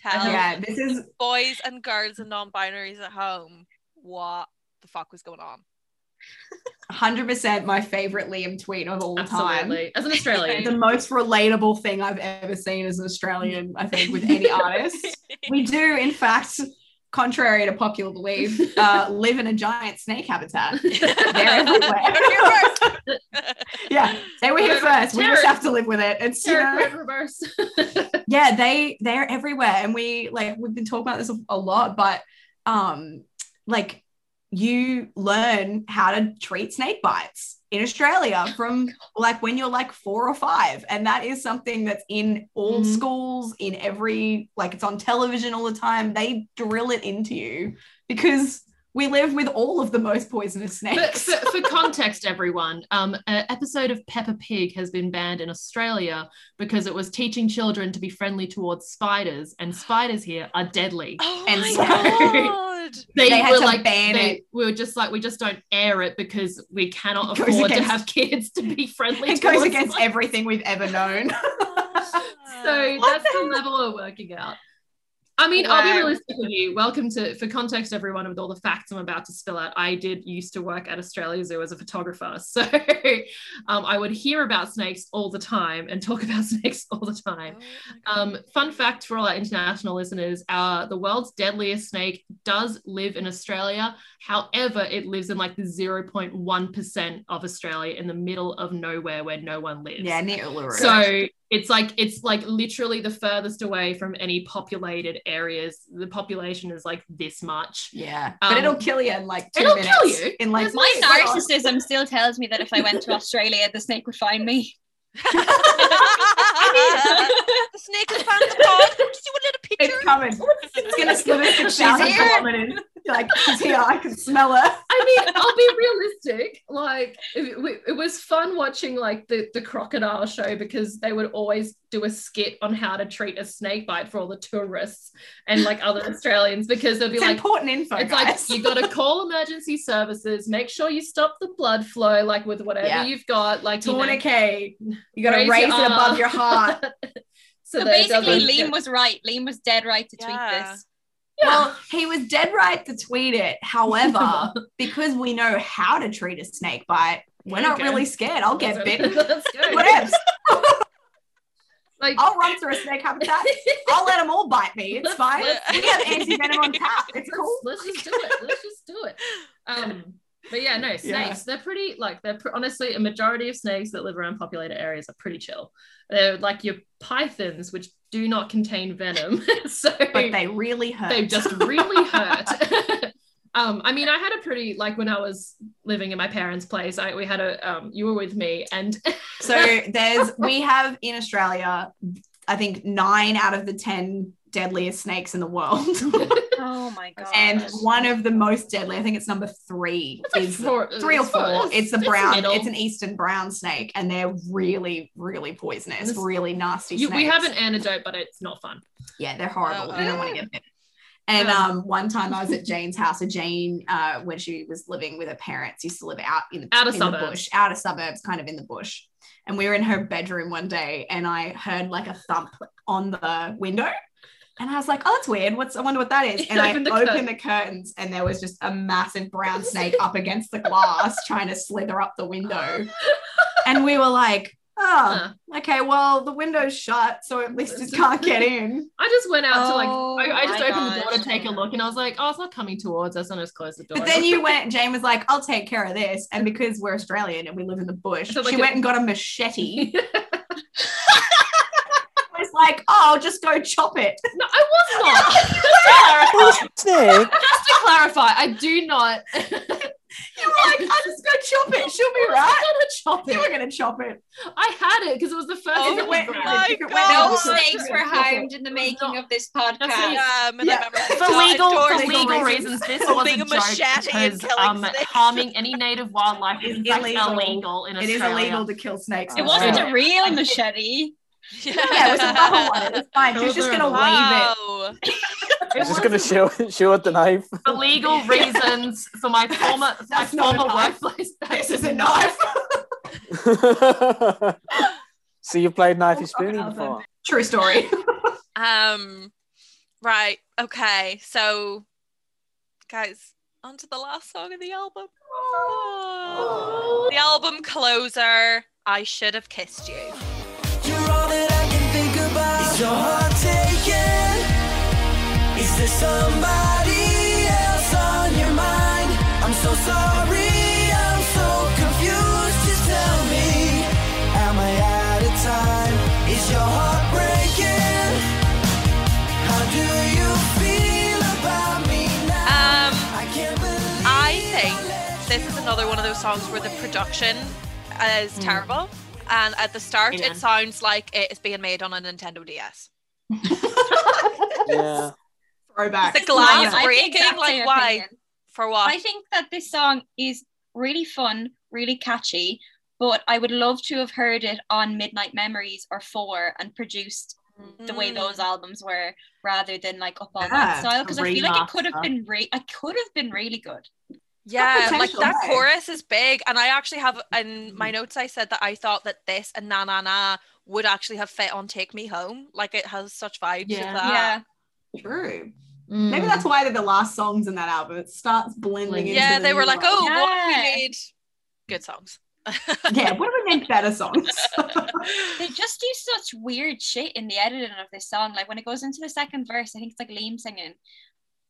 tell Um, Yeah, this is boys and girls and non-binaries at home what the fuck was going on. 100% my favorite Liam tweet of all time. Absolutely. As an The (laughs) Australian. most relatable thing I've ever seen as an Australian, I think, with (laughs) any artist. We do, in fact, contrary to popular belief, uh, live in a giant snake habitat. (laughs) They're (laughs) everywhere. (laughs) yeah, they were here first. We just have to live with it. It's you know, Terrible reverse. yeah, they they're everywhere, and we like we've been talking about this a- a lot, but um, like you learn how to treat snake bites in Australia from like when you're like four or five, and that is something that's in all Mhm. schools, in every like it's on television all the time. They drill it into you because we live with all of the most poisonous But snakes. for, for context, everyone, um, an episode of Peppa Pig has been banned in Australia because it was teaching children to be friendly towards spiders, and spiders here are deadly. Oh And my so- god. They, They had were to like, ban they- it. we were just like, we just don't air it because we cannot It goes afford to against- have kids to be (laughs) friendly. It goes towards against spiders. everything we've ever (laughs) known. (laughs) So Oh What that's the the, hell? level we're working out. I mean, I'll be Wow. realistic with you. Welcome to, for context, everyone, with all the facts I'm about to spill out. I did used to work at Australia Zoo as a photographer. (laughs) So um, I would hear about snakes all the time and talk (laughs) about snakes all the time. Um, fun fact for all our international listeners: uh, the world's deadliest snake does live in Australia. However, it lives in like the 0.1 percent of Australia, in the middle of nowhere where no one lives. yeah, near Uluru. So it's like it's like literally the furthest away from any populated areas. The population is like this much. Yeah, but Um, it'll kill you in like 2 it'll minutes. kill you. in like There's My It's like- narcissism still tells me that if I went to Australia, the snake would find me. the snake has found the (laughs) pod. Do you want a little it's picture? coming. Oh (laughs) It's (laughs) gonna slip at six thousand She's here. kilometers. You're like she's here, I can smell her. I mean, (laughs) I'll be realistic. Like it, we- it was fun watching like the the crocodile show because they would always do a skit on how to treat a snake bite for all the tourists and like (laughs) other Australians because they'll be It's like. important info. It's guys. like you got to call emergency services. Make sure you stop the blood flow, like with whatever Yeah. you've got. Like you know, tourniquet. You gotta raise, raise your it above arm. your heart. so so that it basically, (laughs) doesn't- Liam was right. Liam was dead right to tweet Yeah. this. (laughs) Yeah. Well, he was dead right to tweet it. (laughs) However, because we know how to treat a snake bite, we're not Okay. really scared. I'll get That's it. bitten. (laughs) That's (laughs) good. What else? Like, (laughs) I'll run through a snake habitat. I'll let them all bite me. It's fine. Let's- We have anti venom on (laughs) tap. It's cool. let's just do it. Let's just do it. Um, but yeah, no, snakes. They're pretty. Like, they're pr- honestly a majority of snakes that live around populated areas are pretty chill. They're like your pythons, which do not contain venom, (laughs) so But they really hurt. they just really hurt. (laughs) um, I mean, I had a pretty like when I was living in my parents' place. I we had a um, you were with me, and (laughs) So there's we have in Australia, I think nine out of the ten deadliest snakes in the world, Oh my god! (laughs) and one of the most deadly. I think it's number three. it's like is- four, Three or it's four- four. It's the brown. middle. It's an eastern brown snake, and they're really, really poisonous, This- really nasty. You- snakes. we have an antidote, but it's not fun. Yeah, they're horrible. Oh, You don't want oh. to get bit. And Yeah. um, one time I was at Jane's house, and Jane, uh, when she was living with her parents, used to live out in the, Outer in the suburbs. bush, outer suburbs, kind of in the bush. And we were in her bedroom one day, and I heard like a thump on the window. And I was like, "Oh, that's weird. What's? I wonder what that (laughs) is." You And I opened opened the the, curtain. curtains, and there was just a massive brown snake up against the glass, trying to slither up the window. And we were like, Uh, "Oh, okay. Well, the window's shut, so at least it can't get in." I just went out to like, Oh I, I just my opened the door gosh. to take a look and I was like, oh, it's not coming towards us. And I just closed the door. But then you went, Jane was like, I'll take care of this. And because we're Australian and we live in the bush, So, like, she a- went and got a (laughs) machete. I was like, oh, I'll just go chop it. (laughs) no, I was not. just, to clarify, Bush snake. just to clarify, I do not. (laughs) You were like, I'll just go chop it. She'll be right. I'm gonna You chop were it. going to chop it. I had it because it was the first. Oh thing my that was God. grabbed. if it went (laughs) No God. out- snakes were That's harmed in the making not- of this That's how podcast. you- Um, and Yeah. I remember For Dora- legal, for Dora's (laughs) legal reasons. reasons, this For was a being a joke machete and because killing um, snakes. harming any native wildlife It's is illegal, illegal. illegal in It is Australia. illegal to kill snakes. It in wasn't Australia. a real did- machete. (laughs) Yeah, it was a rubber one. It was fine. She was just going to wave it. Wow. It I was just was gonna show show it the knife. (laughs) for legal reasons for my former my (laughs) that's not a former knife. workplace. This is a knife. so you played knifey Oh, spoonie God. before. True story. Um, right. Okay. So, guys, on to the last song of the album. Oh. The album closer. I should have kissed you. You're all that I can think about. Is your heart taken? Is there somebody else on your mind? I'm so sorry, I'm so confused. Just tell me, am I out of time? Is your heart breaking? How do you feel about me now? Um, I can't believe I think let this is another one of those songs where the production is terrible. And at the start, Amen. it sounds like it is being made on a Nintendo DS. Yeah. Throwback. It's a glass Yeah. break. breaking, like, why? For what? I think that this song is really fun, really catchy, but I would love to have heard it on Midnight Memories or Four and produced the way Mm. those albums were rather than like up all Yeah, that style because I feel like it could have remaster. been re- I could have been really good. Yeah, like potential, that eh? chorus is big, and I actually have in my notes I said that I thought that this and Na Na Na would actually have fit on Take Me Home. Like it has such vibes. of Yeah. that. True. Maybe that's why they're the last songs in that album. It starts blending. Yeah, yeah. into the they new were like, album. oh, what do Yeah. we need? Good songs. "Oh." yeah, what have we made better (laughs) songs? They just do such weird shit in the editing of this song. Like when it goes into the second verse, I think it's like Liam singing.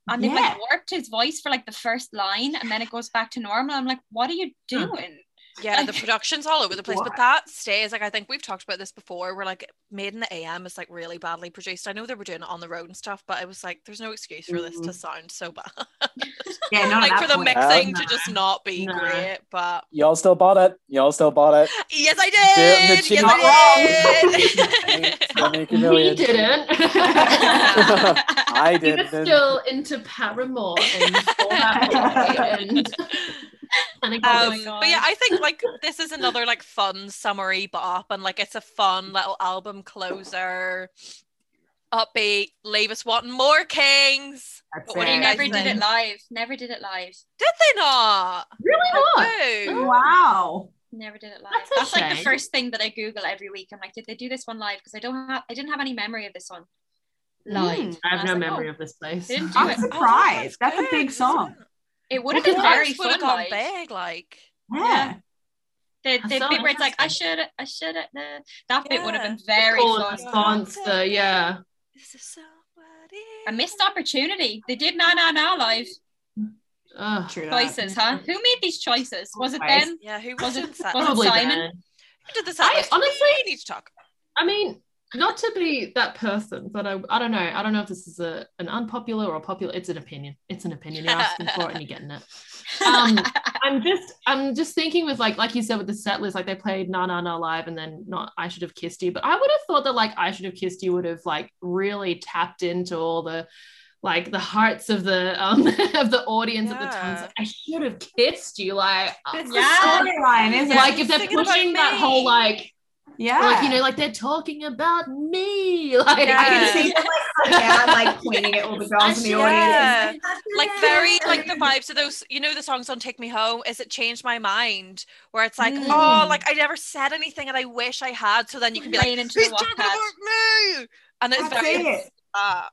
And they Yeah. like warped his voice for like the first line and then it goes back to normal. I'm like, what are you doing? (laughs) Yeah, the production's all over the place, but What? that stays. Like I think we've talked about this before. We're like made in the AM is like really badly produced. I know they were doing it on the road and stuff, but I was like, there's no excuse for this to sound so bad. (laughs) yeah, not like at for that the point. mixing No. to just not be No. great, but. Y'all still bought it. Y'all still bought it. Yes, I Yeah, did. and the Yes, I chicken- did. (laughs) You'll make a we million. didn't. (laughs) I We didn't. were still into Paramore and all that boy and, and it um, Oh my got like- but yeah, God. I think like this is another like fun summery bop, and like it's a fun little album closer. Upbeat, leave us wanting more kings. That's What do They you it. guys never did think? it live. Never did it live. Did they not? really not. No. Wow. Never did it live. That's That's, a like the shame. first thing that I Google every week. I'm like, did they do this one live? Because I don't have I didn't have any memory of this one. Live. Mm. I And have I no was like, memory oh, of this place. they didn't do I'm it. surprised. Oh, That's, a good, big isn't song. it? It would Well, have the been lyrics very Would have fun gone live. big, like. Yeah. The, That's the so bit where it's like, I interesting. should, I should, uh, that bit would have Yeah. been very Call and fun. response, the- yeah. This is somebody. A missed opportunity. They did Na Na Na live Ugh. True. that. choices, huh? Who made these choices? Was it Choice. them? Yeah, who was Was it- doing that? was it Who Probably Simon? then. did this? I honestly- we need to talk. I mean, not to be that person, but I, I don't know. I don't know if this is a, an unpopular or a popular. It's an opinion. It's an opinion. You're asking for it and you're getting it. (laughs) Um, I'm just I'm just thinking with like like you said with the set list, like they played Na Na Na live and then not I should have kissed you. But I would have thought that like I should have kissed you would have like really tapped into all the like the hearts of the um (laughs) of the audience at the time. It's Yeah. like, I should have kissed you. Like It's yeah. the storyline, isn't Yeah. it? like if he's they're thinking about pushing that whole me. like Yeah. Like, you know, like they're talking about me. (laughs) Like, I Yeah. can see them like, like, (laughs) yeah, (laughs) like pointing at all the girls in the Yeah. audience. like very like the vibes of those you know the songs on take me home is it changed my mind where it's like Mm. oh like i never said anything and i wish i had so then you can be like Playing he's into the talking Wattpad." about me and it's That's very it. that.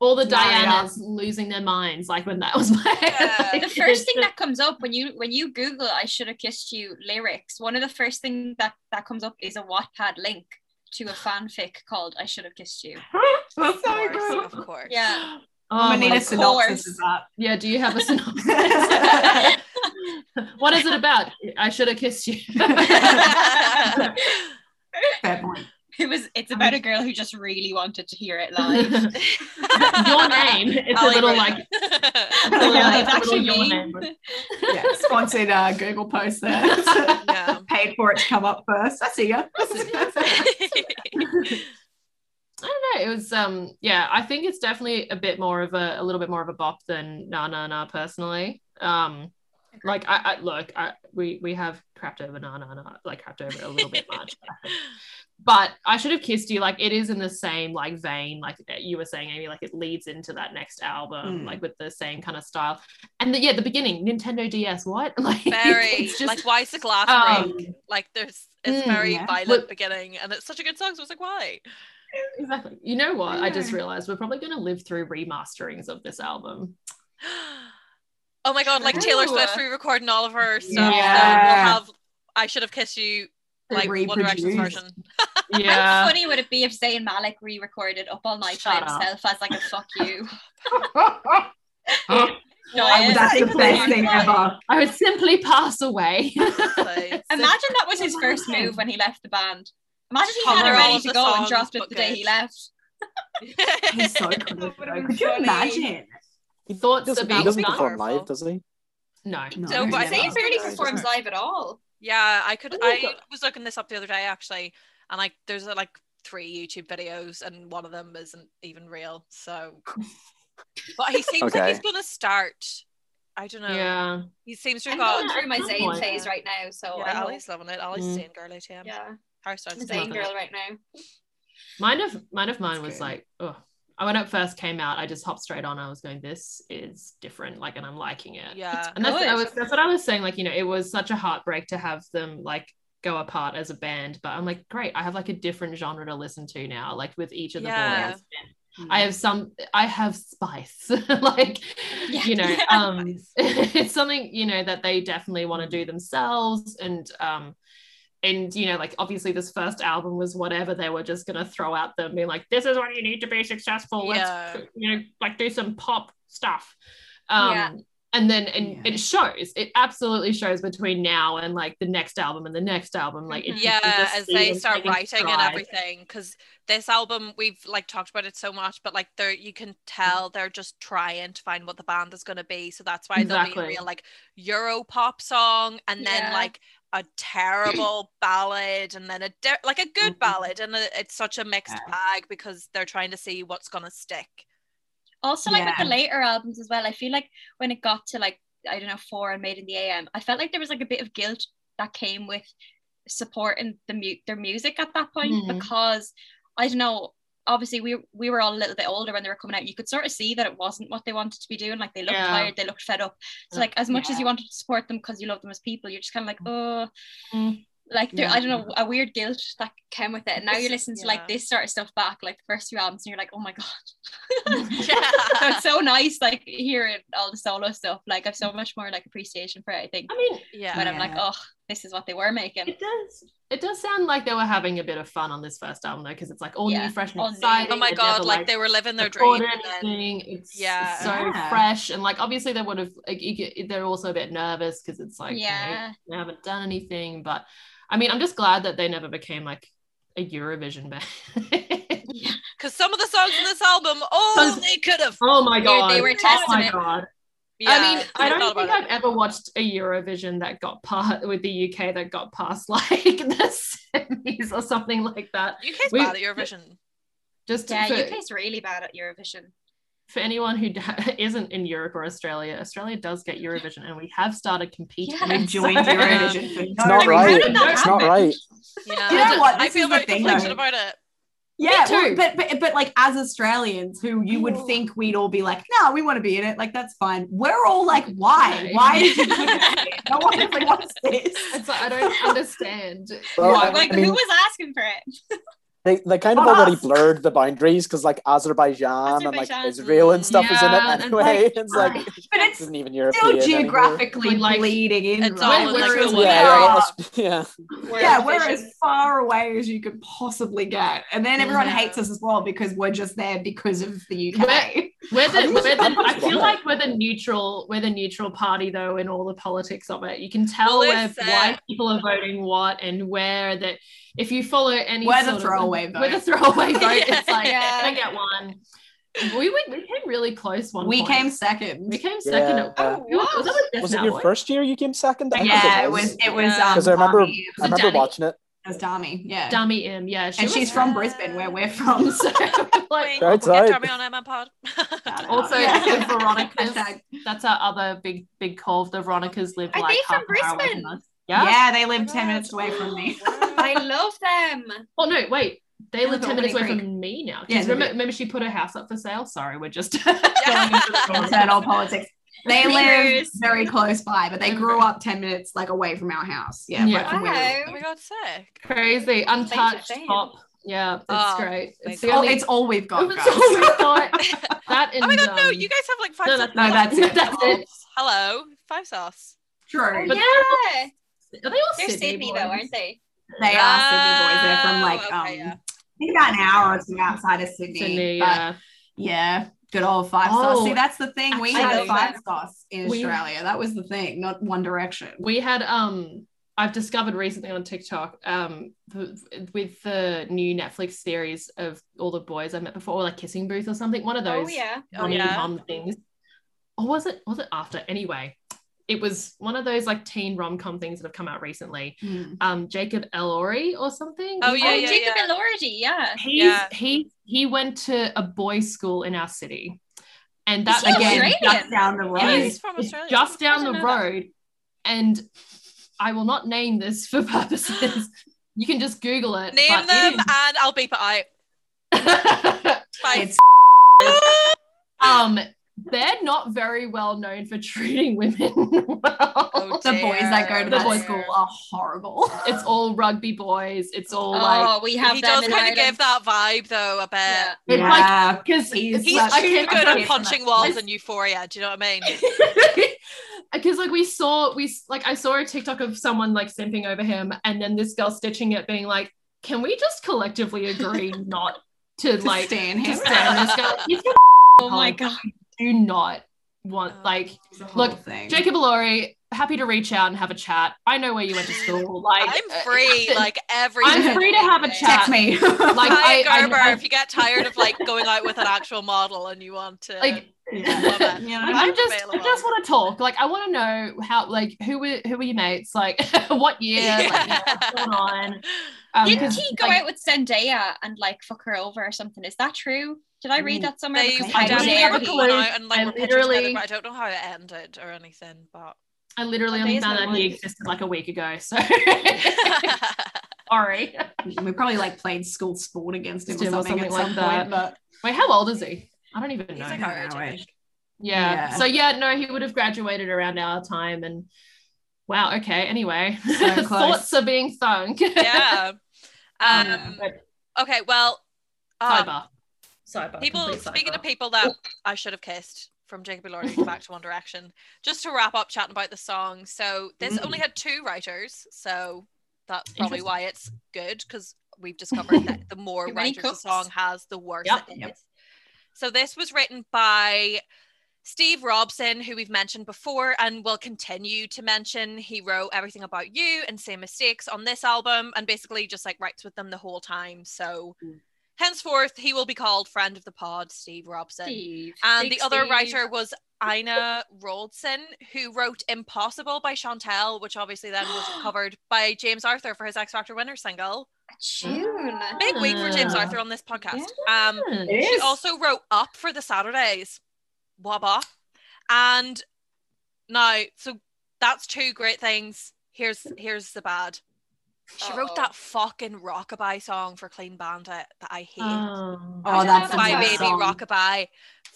all the Yeah. Dianas losing their minds, like when that was (laughs) my Yeah. like, the it's first thing (laughs) the- that comes up when you when you google i should have kissed you lyrics one of the first things that that comes up is a wattpad link to a fanfic called i should have kissed you (laughs) That's so of course, good. of course yeah I'm Oh, gonna my need a God. synopsis of that. yeah, do you have a synopsis? (laughs) what is it about? I should have kissed (laughs) you. (laughs) Fair point. (laughs) it was it's about a girl who just really wanted to hear it live Your name. It's a Ali little Brown. (laughs) like Yeah, it's it's a actually little your me name. Yeah, sponsored uh, Google post there. (laughs) (laughs) yeah Paid for it to come up first. I see ya. (laughs) I don't know. It was um yeah, I think it's definitely a bit more of a a little bit more of a bop than na na na personally. Um like I, I look, I we we have crapped over na na na like crapped over it a little bit much. (laughs) But I should have kissed you. Like it is in the same like vein, like that you were saying, Amy. Like it leads into that next album, Hmm. Mm. like with the same kind of style. And the, yeah, the beginning, Nintendo DS. What? (laughs) Like very it's just like why is the glass um, break like there's it's mm, very yeah. violent Look- beginning and it's such a good song so I was like why (laughs) (gasps) exactly. You know what? I just Yeah. realized we're probably going to live through remasterings of this album. (laughs) Oh my god, like Taylor True. Swift re-recording all of her stuff. so Yeah. we'll have I should have kissed you To like One Direction's reproduce. version. how Yeah. funny would it be if Zayn Malik re-recorded up all night Shut by up. himself as like a fuck (laughs) you? I would- that's the Diet. best (laughs) thing ever. I would simply pass (laughs) away. (laughs) Like, Imagine that was his Oh my first God. move when he left the band. Imagine he Cover had it all ready of to the go and songs, dropped it but the day good. he left. He's so cringe, though. would've been Could you funny. imagine? (laughs) Thoughts doesn't, he about doesn't that. perform Powerful. live, does he? No. No, So, but I never. think Zayn barely Doesn't performs it? live at all. yeah, I could Oh my I God. was looking this up the other day actually and like there's uh, like three YouTube videos and one of them isn't even real. So But he seems like Okay. he's gonna start. I don't know. Yeah. He seems to I'm have going got through my Good Zayn point. phase right now, so I yeah, hope- Ali's loving it. Ali's Mm. seeing girly to him. yeah, Harry Styles I'm a is Zayn loving it. girl right now. Mine of mine of mine That's was good. like, oh. When it first came out, I just hopped straight on. I was going, "This is different," like, and I'm liking it. Yeah. and that's Good. I was that's what I was saying. Like, you know, it was such a heartbreak to have them like go apart as a band, but I'm like, great, I have like a different genre to listen to now, like with each of the Yeah. boys. Hmm. I have some I have spice. (laughs) like Yeah. (laughs) you know, Yeah. um (laughs) it's something, you know, that they definitely want to do themselves and um and you know, like obviously this first album was whatever they were just gonna throw out them being like, this is what you need to be successful. Yeah. Let's you know, like do some pop stuff. Um Yeah. and then and Yeah. it shows, it absolutely shows between now and like the next album and the next album. Like it, you can yeah just as see they them start taking writing and stride. everything because this album we've like talked about it so much but like they're you can tell they're just trying to find what the band is going to be so that's why there'll Exactly. be a real like euro pop song and then Yeah. like a terrible ballad and then a de- like a good Mhm. ballad and a, it's such a mixed bag because they're trying to see what's going to stick Also, like Yeah. with the later albums as well, I feel like when it got to like I don't know four and Made in the AM, I felt like there was like a bit of guilt that came with supporting the mu- their music at that point Mhm. because I don't know. Obviously, we we were all a little bit older when they were coming out. You could sort of see that it wasn't what they wanted to be doing. Like they looked Yeah. tired, they looked fed up. So like as much as you wanted to support them because you love them as people, you're just kind of like oh. Mm. Like there, Yeah. I don't know, a weird guilt that came with it. And now you listen to Yeah. like this sort of stuff back, like the first few albums, and you're like, oh my god, (laughs) so yeah it's so nice like hearing all the solo stuff like i've so much more like appreciation for it i think I mean, (laughs) yeah but i'm like oh this is what they were making It does. It does sound like they were having a bit of fun on this first album though, because it's like all Yeah, new, fresh, and all new. exciting. oh my They'd god never, like they were living their record dream and then anything. It's Yeah. yeah. so Yeah. fresh and like obviously they would have. Like, you get- they're also a bit nervous because it's like you know, Yeah. they haven't done anything. But I mean, I'm just glad that they never became like a Eurovision band. (laughs) (laughs) because some of the songs in this album oh Songs- they could have oh my god! they were oh my testament. god! yeah, I mean, I thought don't about think it. I've ever watched a Eurovision that got part with the UK that got past (laughs) like the semis or something like that. UK's We- bad at Eurovision. Just yeah for- uk's really bad at eurovision for anyone who da- (laughs) isn't in Europe or Australia, Australia does get Eurovision, and we have started competing. (laughs) Yes. We joined So- Eurovision for It's not no right. reason. How did that It's not happen? right. Yeah, You know I d- what? I This feel is the very thing, conflicted though. about it. Yeah, Me too. But, but but like as Australians, who you would think we'd all be like, no, we want to be in it. Like that's fine. We're all like, why? No. Why did you put us here? No one really wants this. It's like, I don't understand. Well, why- I like mean- who was asking for it? They, they kind of Not already us. blurred the boundaries because like Azerbaijan, and like Azerbaijan. Israel and stuff is in Yeah, it and, anyway. (laughs) like, it's like But this it's isn't even European. still anymore. geographically But, like, bleeding in. it's right? all in, like, Whereas the we Yeah, are- yeah, it's- yeah. We're yeah, in we're division. as far away as you could possibly get. And then everyone Yeah. hates us as well because we're just there because of the UK. We're the, we're the, I What's feel wrong? like we're the neutral, we're the neutral party though in all the politics of it. You can tell Well, where it's, uh, why people are voting what and where that. If you follow any, We're the sort of- throwaway vote. We're (laughs) the throwaway vote. Yeah. It's like Yeah. I get one. We, we we came really close one. we point. came second. We came second. Yeah. Oh, We were- was what? that with Death Was it Now your Boy? first year you came second? I think yeah, it was it was Yeah. um 'Cause I remember- Dami. It I remember Danny. watching it. was Dami, yeah. Dummy M. Yeah, she and was- she's from Brisbane where we're from. So (laughs) We'll (laughs) like Right get side. Jeremy on Emma Pod. (laughs) (laughs) also Yeah. the (laughs) Veronica's. Hashtag- That's our other big big call. The Veronicas live Are like they half from an hour away Brisbane? from us. yeah. Yeah. they live 10 minutes away from (laughs) me. I love them. Oh no, wait. They Yeah, live but ten minutes away Winnie from me now. Yeah, Because they remember, do. remember she put her house up for sale. Sorry, we're just (laughs) Internal politics. They live Neighbours. very close by, but they grew up 10 minutes like away from our house. Yeah. Yeah. right from where we live. oh my god, (laughs) sick. crazy, untouched Thanks for pop. Yeah, it's Oh, great. It's thank the God. Oh, only. it's all we've Oh, got. (laughs) it's guys. all we've got. That and, Oh my god, no, um, you guys have like five no, sauce. that's, No, that's it. that's (laughs) it. Hello, five sauce. (laughs) True. But- yeah, Are they all they're Sydney, Sydney boys? though, aren't they? They are Sydney boys. They're from like Oh, um, okay, yeah. I think about an hour or two outside of Sydney. Sydney, but yeah. yeah, good old five Oh, sauce. See, that's the thing. We actually, had I five love sauce in We- Australia. That was the thing, not One Direction. we had um i've discovered recently on tiktok um th- with the new netflix series of all the boys i met before or like kissing booth or something one of those Oh yeah. Oh, rom yeah. com things or was it was it after anyway it was one of those like teen rom-com things that have come out recently Mm. um jacob elori or something Oh, oh, yeah, yeah, Jacob yeah. Elordi, yeah. he's Yeah. he he went to a boys school in our city and Is that he again Australian? just down the Yeah, road. he's from it's Australia. just How did down I the know that? road. And I will not name this for (laughs) purposes. You can just Google it. Name but it them and I'll beep it out. is- (laughs) Bye. It's um, they're not very well known for treating women (laughs) well. Oh, the boys that go dear. to The that boys- school are horrible. It's all rugby boys. It's all like oh, we have he them does in kind of Ireland. give that vibe though, I bet. Yeah. It's yeah. because He's Oh, He's Well, too I good can't at hear punching that. walls and euphoria. Do you know what I mean? (laughs) because like we saw we like I saw a TikTok of someone like simping over him and then this girl stitching it being like, can we just collectively agree not to to like stand to him. stand this girl? He's got Oh my god. do not want like It's a whole Look, thing. Jacob Elori, happy to reach out and have a chat. I know where you went to school. (laughs) Like I'm free, like every I'm free to have a day. chat. text (laughs) me. Like, Hi, I- I- Gerber, I- if you get tired of like going out with an actual model and you want to Like yeah. love it. You know? I'm just (laughs) I available. just want to talk. Like I want to know how like who were who were your mates? Like (laughs) what year? Like, (laughs) you know, what's going on? Um, Didn't 'cause, he go like, out with Zendaya and like fuck her over or something? Is that true? Did I read that somewhere? Mm, They Because I how definitely dare have a he. clue out and like I we're pitching together, literally- but I don't know how it ended or anything, (laughs) but (laughs) I literally What day only is found my out he wedding? existed like a week ago. (laughs) So (laughs) yeah, sorry. we probably like played school sport against him or Or something, something at like some that. point, but "Oh, Wait, how old is he? I don't even know. like No, our age, I wait. think. Yeah. Yeah. So yeah, no, he would have graduated around our time and wow, okay. Anyway. So close. (laughs) Thoughts are being sunk. (laughs) yeah. Yeah. Um, okay, well, Uh, um, Cyber. Cyber. people. Complete Speaking cyber. of people that I should have kissed from Jacob Elordi back to One Direction, just to wrap up chatting about the song. So this Mm. only had two writers, so that's probably why it's good because we've discovered that the more Too many writers a cooks. song has, the worse Yep. it is. Yep. So this was written by Steve Robson, who we've mentioned before and will continue to mention, he wrote Everything About You and Same Mistakes on this album and basically just like writes with them the whole time. So Mm. henceforth, he will be called Friend of the Pod, Steve Robson. Steve. And Big the other Steve. writer was Ina Roldson, who wrote (gasps) Impossible by Chantel, which obviously then was covered by James Arthur for his X Factor winner single. A tune. Big week for James Ah. Arthur on this podcast. Um, Hmm. It she is. also wrote up for the Saturdays. Waba. And now, so that's two great things. Here's here's the bad. She wrote Uh-oh. that fucking rockabye song for Clean Bandit that I hate. Oh. Oh, that's a my good baby song. rockabye. I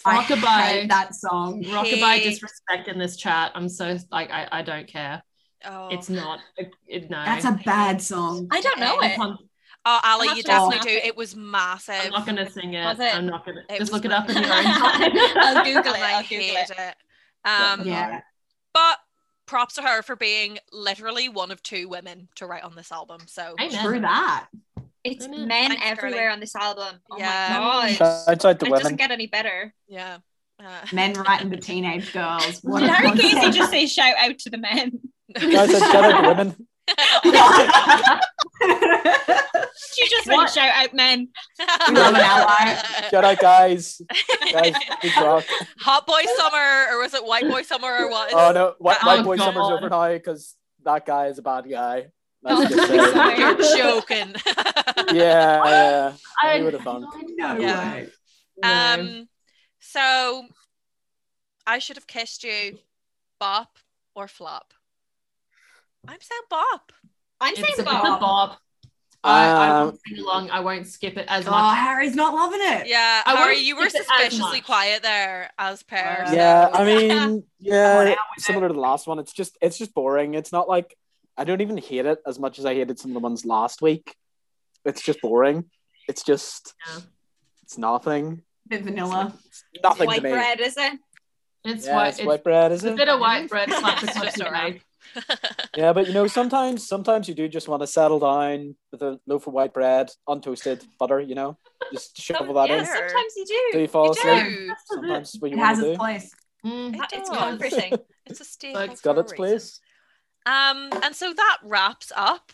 Rockabye. hate that song. Hey. Rockabye disrespect in this chat. I'm so like I, I don't care. Oh, It's not. It, it- no. That's a bad song. I don't know It's it. on- oh Ali, you I'll have to listen definitely to do. it. It was massive. I'm (laughs) not gonna sing it. Was it? I'm not gonna It was just look it my- up in your own time. I'll Google and it. I I'll Google hated it. it. Um, Yeah. But props to her for being literally one of two women to write on this album. So Amen. True that. It's Amen. men Thanks, everywhere Curly. on this album. Oh Yeah. my god. Shouts out to It women. doesn't get any better. yeah, uh, Men writing for teenage girls. What Did a Harry Casey concept. just (laughs) say shout out to the (laughs) men? Shouts out- shout out to women. She just What? said shout out men. love an (laughs) ally. Shout out, guys. Guys, big rock. (laughs) Hot boy summer, or was it white boy summer, or what? Oh no, white, Oh, white boy God. summer's over now because that guy is a bad guy. Oh, That's just it. sorry. You're (laughs) joking. yeah, yeah. (laughs) I, You would've done. no Yeah. way. um, so I should have kissed you, bop or flop. I'm saying bop. (laughs) I'm it's, a, saying it's a Bob. bop. I, I Um, won't sing along. I won't skip it as Oh, much. Harry's not loving it. Yeah, I Harry, won't you were skip it as suspiciously much. quiet there, as per. Uh, yeah, (laughs) so- I mean, Come on yeah, out with similar to the last one. It's just, it's just boring. It's not like I don't even hate it as much as I hated some of the ones last week. It's just boring. It's just, Yeah. it's nothing. Bit vanilla. It's nothing White to me. bread, is it? It's Yeah, white. it's Mm-hmm. It's, white bread, is it's a it? bit of white bread slapped It's across just your alright. face. Yeah, but you know, sometimes, sometimes you do just want to settle down with a loaf of white bread, untoasted butter. You know, just shovel that yeah. in. sometimes you Do do. you fall You asleep? do. Sometimes what It you has want to its do. place. Mm. It It's does. comforting. It's a staple. Like, It's got for a its reason. place. Um, and so that wraps up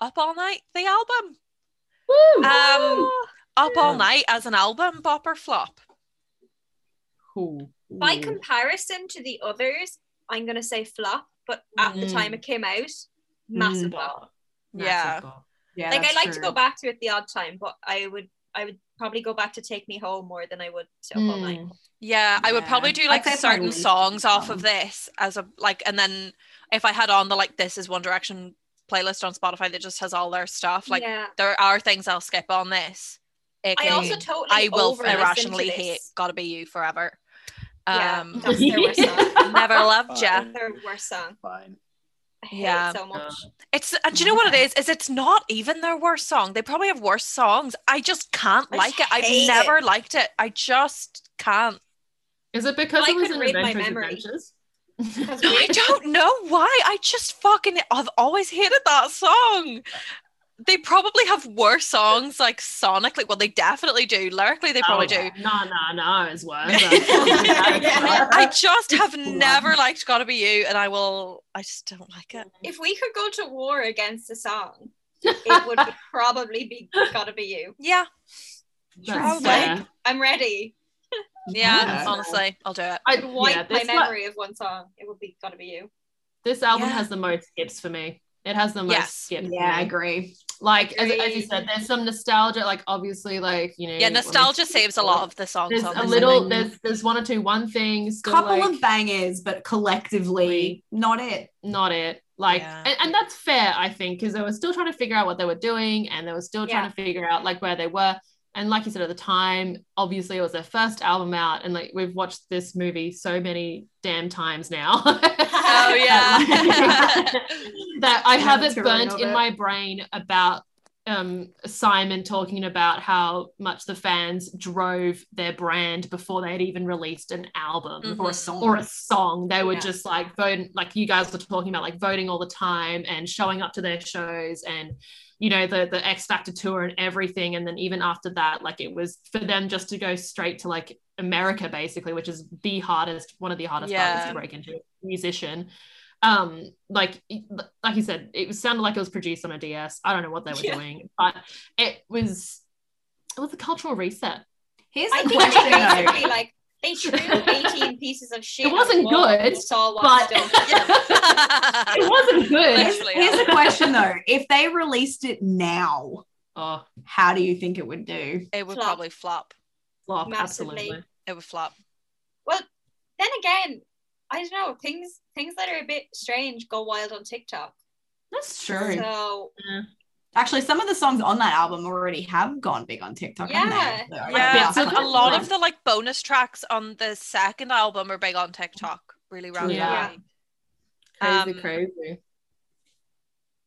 Up All Night, the album. (laughs) Woo! Um, Up All Yeah. Night as an album, bop or flop. cool. By comparison to the others, I'm gonna say flop, but at the Mm. time it came out, massive Mm. flop. Yeah. Yeah, like I that's like to true. go back to it the odd time, but I would I would probably go back to Take Me Home more than I would to Up All Night. Mm. Yeah, I would Yeah. probably do I'd like say it's my certain least songs off of album. this as a like, and then if I had on the like This Is One Direction playlist on Spotify that just has all their stuff, like yeah. there are things I'll skip on this. I AKA, also totally I will over-listened to irrationally this. hate Gotta Be You Forever. Yeah, Um, that's their worst (laughs) song. (laughs) Never Love Jeff. Fine, their worst song. Fine. I hate Yeah. it so much. It's and do you know what it is? Is it's not even their worst song. They probably have worse songs. I just can't I like it. hate I've it. never liked it. I just can't. Is it because I it was couldn't an read my Adventures memory. Adventures? (laughs) I don't know why. I just fucking I've always hated that song. They probably have worse songs like sonically. Well, they definitely do. Lyrically, they Oh. probably do. No, no, no, it's worse. (laughs) I just have Wow. never liked Gotta Be You, and I will I just don't like it. If we could go to war against a song, it would probably be Gotta Be You. Yeah, That's fair. fair. I'm ready. yeah, Yeah. honestly, I'll do it. I, I'd wipe yeah, my this, one- memory of one song. It would be Gotta Be You. this album Yeah. has the most skips for me. It has the most Yes. skips. for Yeah, I me. agree. like as, as you Agreed. said there's some nostalgia like obviously like you know Yeah, nostalgia saves a lot of the songs there's on a this little album. there's there's one or two one things Couple like, of bangers, but collectively not it. not it like Yeah. and, and that's fair i think because they were still trying to figure out what they were doing and they were still trying Yeah. to figure out like where they were and like you said at the time obviously it was their first album out and like we've watched this movie so many damn times now (laughs) Oh yeah. that I Yeah, have that's it a really burnt good in bit. my brain about um, Simon talking about how much the fans drove their brand before they had even released an album Mhm. Or a song. or a song. They were Yeah. just like voting, like you guys were talking about, like voting all the time and showing up to their shows and you know the the X Factor tour and everything. And then even after that, like it was for them just to go straight to like America basically, which is the hardest, one of the hardest markets Yeah. to break into musician. Um, like like you said, it sounded like it was produced on a DS. I don't know what they were Yeah. doing, but it was it was a cultural reset. Here's I the think they question though. basically like (laughs) they threw 18 pieces of shit. It wasn't on the wall good, and Saw what but- was done. (laughs) It wasn't (laughs) good. Here's, Literally, here's yeah. the question though. If they released it now, Oh, How do you think it would do? It would Flop. probably flop. flop, Massively. absolutely. It would flop. (laughs) Well, then again, I don't know. Things things that are a bit strange go wild on TikTok. That's true. So (laughs) Actually, some of the songs on that album already have gone big on TikTok. Yeah. haven't they? Like, Yeah, that's so like- a lot of the like bonus tracks on the second album are big on TikTok. Really randomly. Yeah. Um, Crazy, crazy.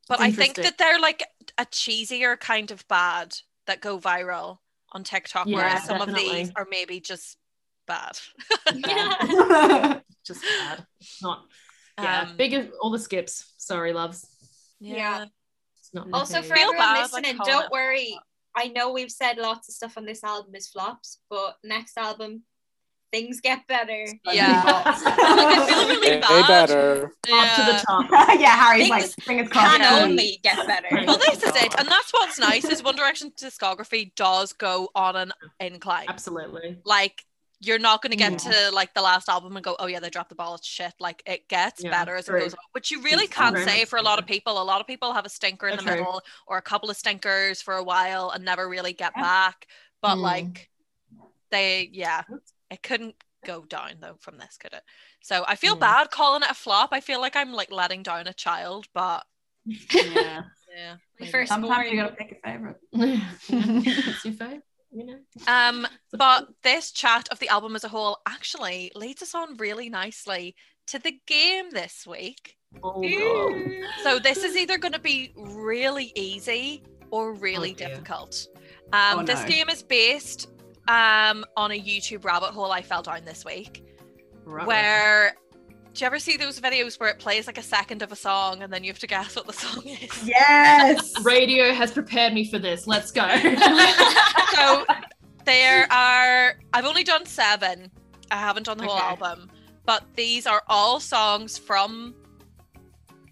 But I It's think interesting. that they're like a cheesier kind of bad that go viral on TikTok, Yeah, whereas some of these definitely. are maybe just bad. Just bad. Not yeah. Um, Big as all the skips. Sorry, loves. yeah. It's not my also for fave. Feel everyone bad, like, listening, calling it don't a worry. flop. I know we've said lots of stuff on this album is flops, but next album, things get better. Yeah. (laughs) Like, I feel really They, bad. they better. up to Yeah. the top. (laughs) yeah, Harry's Things like, fingers crossed. Can Yeah. only get better. Well, this is it, and that's what's nice is One Direction discography does go on an incline. Absolutely. (laughs) Like you're not going to get Yeah. to like the last album and go, oh yeah, they dropped the ball. It's shit. Like it gets Yeah, better as true. it goes on, which you really It's can't very say much for a lot of so. people. A lot of people have a stinker in That's the true. middle or a couple of stinkers for a while and never really get Yeah. back. But Mm. like they, yeah, it couldn't go down though from this, could it? So I feel Mm. bad calling it a flop. I feel like I'm like letting down a child, but (laughs) Yeah. yeah. My maybe. first Sometimes born. you gotta pick a favorite. (laughs) (laughs) it's your fave, (laughs) you know. Um, but this chat of the album as a whole actually leads us on really nicely to the game this week. Oh, God. Ooh. So this is either going to be really easy or really Oh, dear. difficult. Um, Oh, This no. game is based um, on a YouTube rabbit hole I fell down this week, Right. where do you ever see those videos where it plays like a second of a song and then you have to guess what the (laughs) song is? Yes. radio has prepared me for this. (laughs) Let's go. (laughs) so there are i've only done seven i haven't done the whole Okay. album but these are all songs from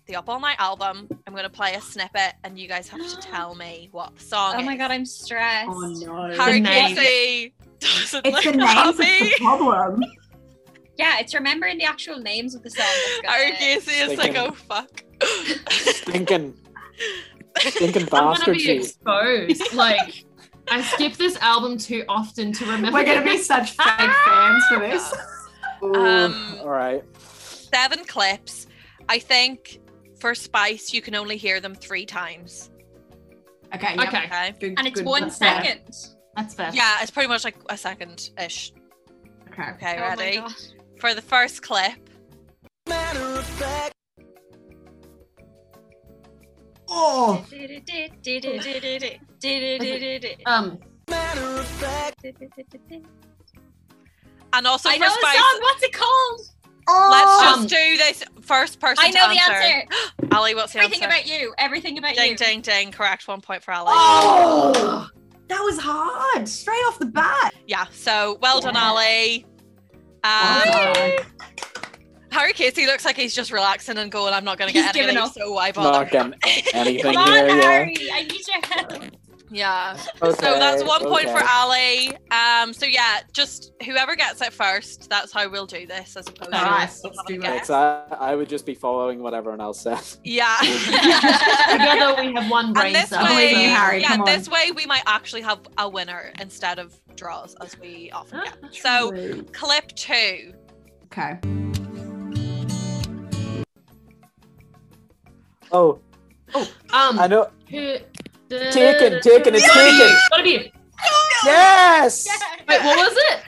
the up all night album i'm going to play a snippet and you guys have to tell me what the song Oh my is. god, I'm stressed. Oh, no. harry The name. Casey doesn't (laughs) it's the look names that's the (laughs) happy problem. Yeah, it's remembering the actual names of the songs. (laughs) (laughs) harry Casey is like Stinking. oh fuck Stinking. Stinking I'm gonna bastard be cheese. exposed. Like I skip this album too often to remember. We're gonna be such fake fans for this. Ooh, Um, all right. seven clips i think for spice you can only hear them three times Okay. yep. Okay, okay Good, and it's good. one That's fair. second. that's fair. yeah it's pretty much like a second ish Okay. okay Oh my ready god. for the first clip Matter of fact, Oh. Um. matter of fact, And also I for know the Spice, song. What's it called? let's just Um, do this first person. I know to the answer. answer. Ali, what's the Everything answer? about you. Everything about ding, you. ding, ding. Correct. One point for Ali. Oh. That was hard. Straight off the bat. Yeah. So well done, Yeah. Ali. Well Um, done. Harry Casey looks like he's just relaxing and going, "I'm not going to He's get given anything, up. so why bother?" Not getting (laughs) anything Come on, here. Yeah. Harry. I need your help. (laughs) Yeah. Okay, So that's one point okay. for Ali. Um. So yeah, just whoever gets it first, that's how we'll do this, as opposed All to right, us let's having do a it. guess. Thanks. I, I would just be following what everyone else says. Yeah. (laughs) Together we have one and brain this cell. way, Believe in you, Harry, yeah, come on. this way we might actually have a winner instead of draws as we often get. (gasps) So clip two. Okay. (laughs) Oh, um, I know. who, Taken, taken, it's Gotta be you, taken. Gotta be you. Yes. Wait, (laughs) what was it?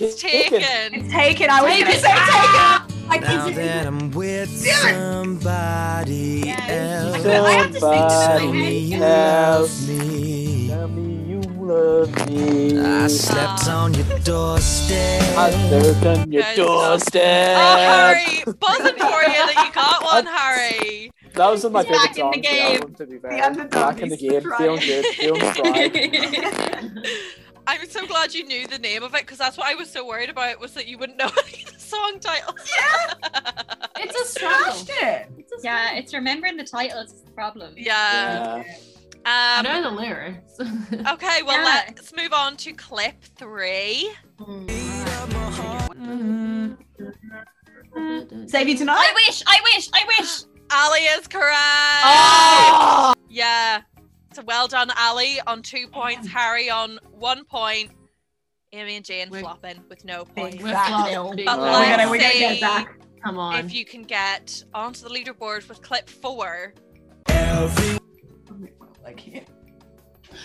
It's Taken. taken. It's taken. I was Take gonna it. say taken. Like now is it that I'm with somebody Yes. else, I have to speak to tell my me you head. love else. me. Tell me you love me. I slept Aw. on your doorstep. I served on your Guys, doorstep. Oh, Harry, buzzing for you that you got one, Harry. That was one of my Back favorite songs. The in the game. album, to be fair. underdog Back in the needs to game, try. feeling good, feeling strong. I'm so glad you knew the name of it because that's what I was so worried about was that you wouldn't know (laughs) any of the song titles. (laughs) It's a struggle. smashed it? It's a struggle. Yeah, it's remembering the titles is the problem. Yeah. Yeah. I Um, know the lyrics. okay, well, Yeah. let's move on to clip three. (laughs) Save you I tonight. wish. I wish. I wish. Oh, Ali is correct. Yeah. It's a Well done, Ali on two points, Harry on one point, Amy and Jane We're- flopping with no Big point. We're fat flopped. nil. Big But fat. Well, We're let's gonna, we're gonna see get back. "Oh Come on. if you can get onto the leaderboard with clip four.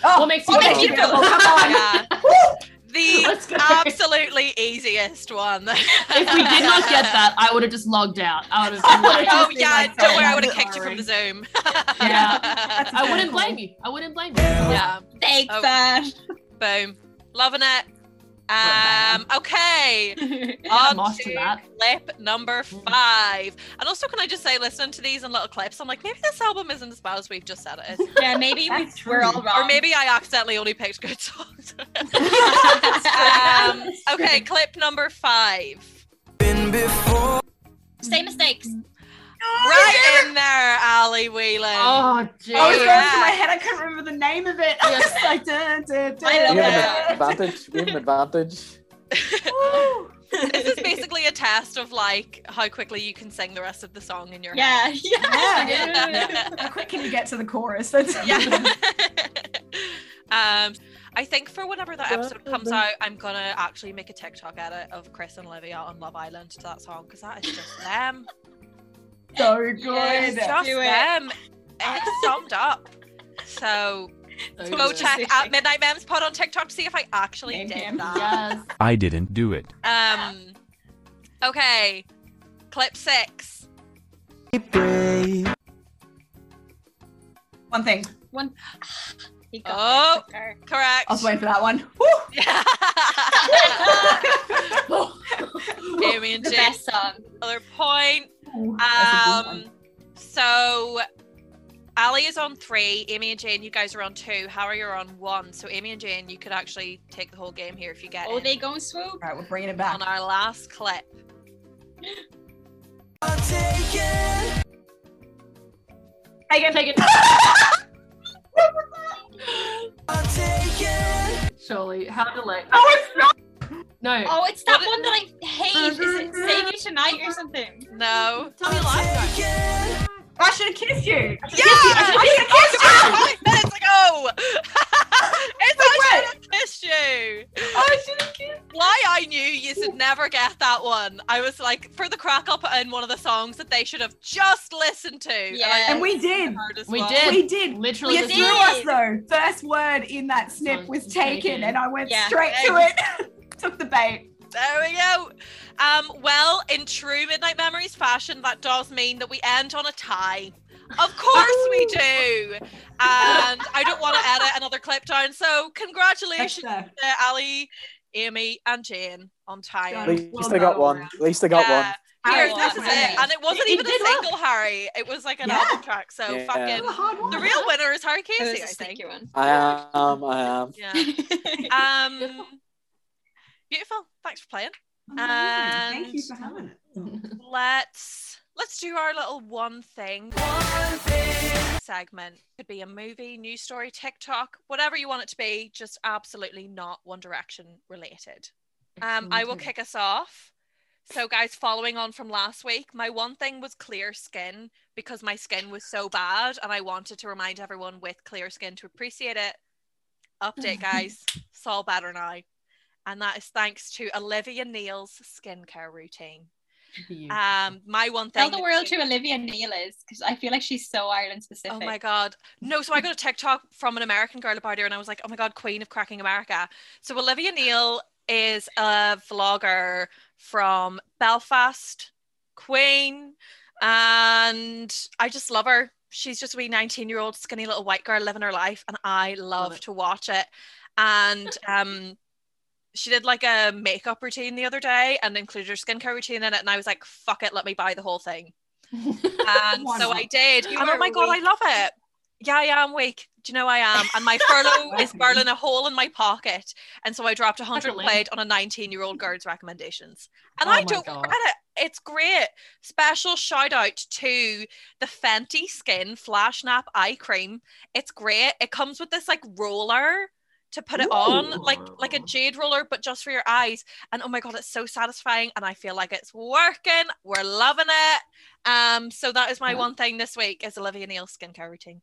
Oh, What makes you what go? makes you go? (laughs) Yeah. Come on. (laughs) The Let's go. absolutely easiest one. if we did not (laughs) get that, I would have just logged out. I would have. I Been like, Oh just did yeah, myself. don't worry, I would have kicked you from the Zoom. Yeah. I very wouldn't cool. blame you. I wouldn't blame you. yeah. Take Oh. that. (laughs) Boom. Loving it. Um, okay. I'm On off to to that. Mm. clip number five. And also, can I just say, listening to these in little clips, I'm like, maybe this album isn't as bad as we've just said it is. (laughs) yeah, maybe we, That's we're all wrong. or maybe I accidentally only picked good (laughs) songs. (laughs) um, (laughs) um, okay, clip number five. Same mistakes. Right in there, Ali Whelan. Ah, (laughs) Oh, jeez. I was going through Yeah. my head. I couldn't remember the name of it. (laughs) I was just like, dun, dun, dun, I love We Yeah. have an advantage. We have an advantage. This is basically a test of like how quickly you can sing the rest of the song in your head. Yeah, yeah. Yeah. (laughs) (laughs) How quick can you get to the chorus? That's (laughs) yeah. (laughs) um, I think for whenever that episode comes out, I'm gonna actually make a TikTok edit of Chris and Olivia on Love Island to that song because that is (laughs) just them. so good. Yes. It's just Do it. them. It's summed up. So So go good. check out Midnight Mems Pod on TikTok to see if I actually Name did him. that. Yes. I didn't do it. Um, okay, clip six. One thing. One. (laughs) He got Oh. it, sucker. Correct. I (laughs) was waiting for that one. (laughs) Woo! Amy and Oh. the Jane, best song. other point. That's a Um, good one. so Ali is on three, Amy and Jane, you guys are on two, Harry, you're on one. So Amy and Jane, you could actually take the whole game here if you get Oh, it. they go and swoop. All right, we're bringing it on back. our last clip. Take it, take it. Surely, how delayed? Oh, it's not. No. Oh, it's that What- one that I hate. Is it Save You Tonight or something? No. Tell me a lie. I should have kissed you. Yeah! I should have kissed you! Five minutes ago! oh. (laughs) it's I should have kissed you! I should have kissed Why I knew you should never get that one. I was like, for the crack up in one of the songs that they should have just listened to. and I Yeah. And we did. heard as We well. did. We did. Literally, You just threw did. us though. First word in that snip Song was was taken, taken. and I went Yeah. straight to it. (laughs) Took the bait. There we go. Um, well, in true Midnight Memories fashion, that does mean that we end on a tie. Of course we do. And I don't want to edit another clip down. So congratulations Extra. to Ali, Amy, and Jane on At Well tying. least I got done, one. Laura. At least I got Yeah. Here, Oh, this is okay. it. And it wasn't It- it even did a well. single Harry. It was like an Yeah. album track. So Yeah. fucking What a hard one. the real winner is Harry It was Casey, a I think. sneaky one. one. I am. I am. Yeah. yeah. Um Beautiful. beautiful. Thanks for playing. Amazing. Thank you and- for having it. let's let's do our little one thing segment could be a movie news story tiktok whatever you want it to be just absolutely not one direction related um i will Mhm. kick us off so guys following on from last week my one thing was clear skin because my skin was so bad and i wanted to remind everyone with clear skin to appreciate it update guys it's all better now and that is thanks to olivia neal's skincare routine Beautiful. um, my one thing. Tell the that world you- who Olivia Neal is, because I feel like she's so Ireland specific. Oh my god. No, so I got a TikTok from an American girl about her and I was like, oh my god, Queen of Cracking America. So Olivia Neal is a vlogger from Belfast, Queen, and I just love her. She's just a wee 19 year old skinny little white girl living her life, and I love it. to watch it. And um she did like a makeup routine the other day and included her skincare routine in it. And I was like, fuck it, let me buy the whole thing. And Why so not? I did. You and oh are my god, I weak. love it. Yeah, I am weak. Do you know I am? And (laughs) my furlough is burning a hole in my pocket. And so I dropped a hundred Fucking lame. quid on a 19 year old girl's recommendations. And Oh I my don't God. regret it. It's great. Special shout out to the Fenty Skin Flash Nap Eye Cream. It's great. It comes with this like roller to put it on, like like a Ooh. jade roller, but just for your eyes. And oh my god, it's so satisfying, and I feel like it's working. We're loving it. Um, so that is my Yeah. one thing this week is Olivia Neal's skincare routine.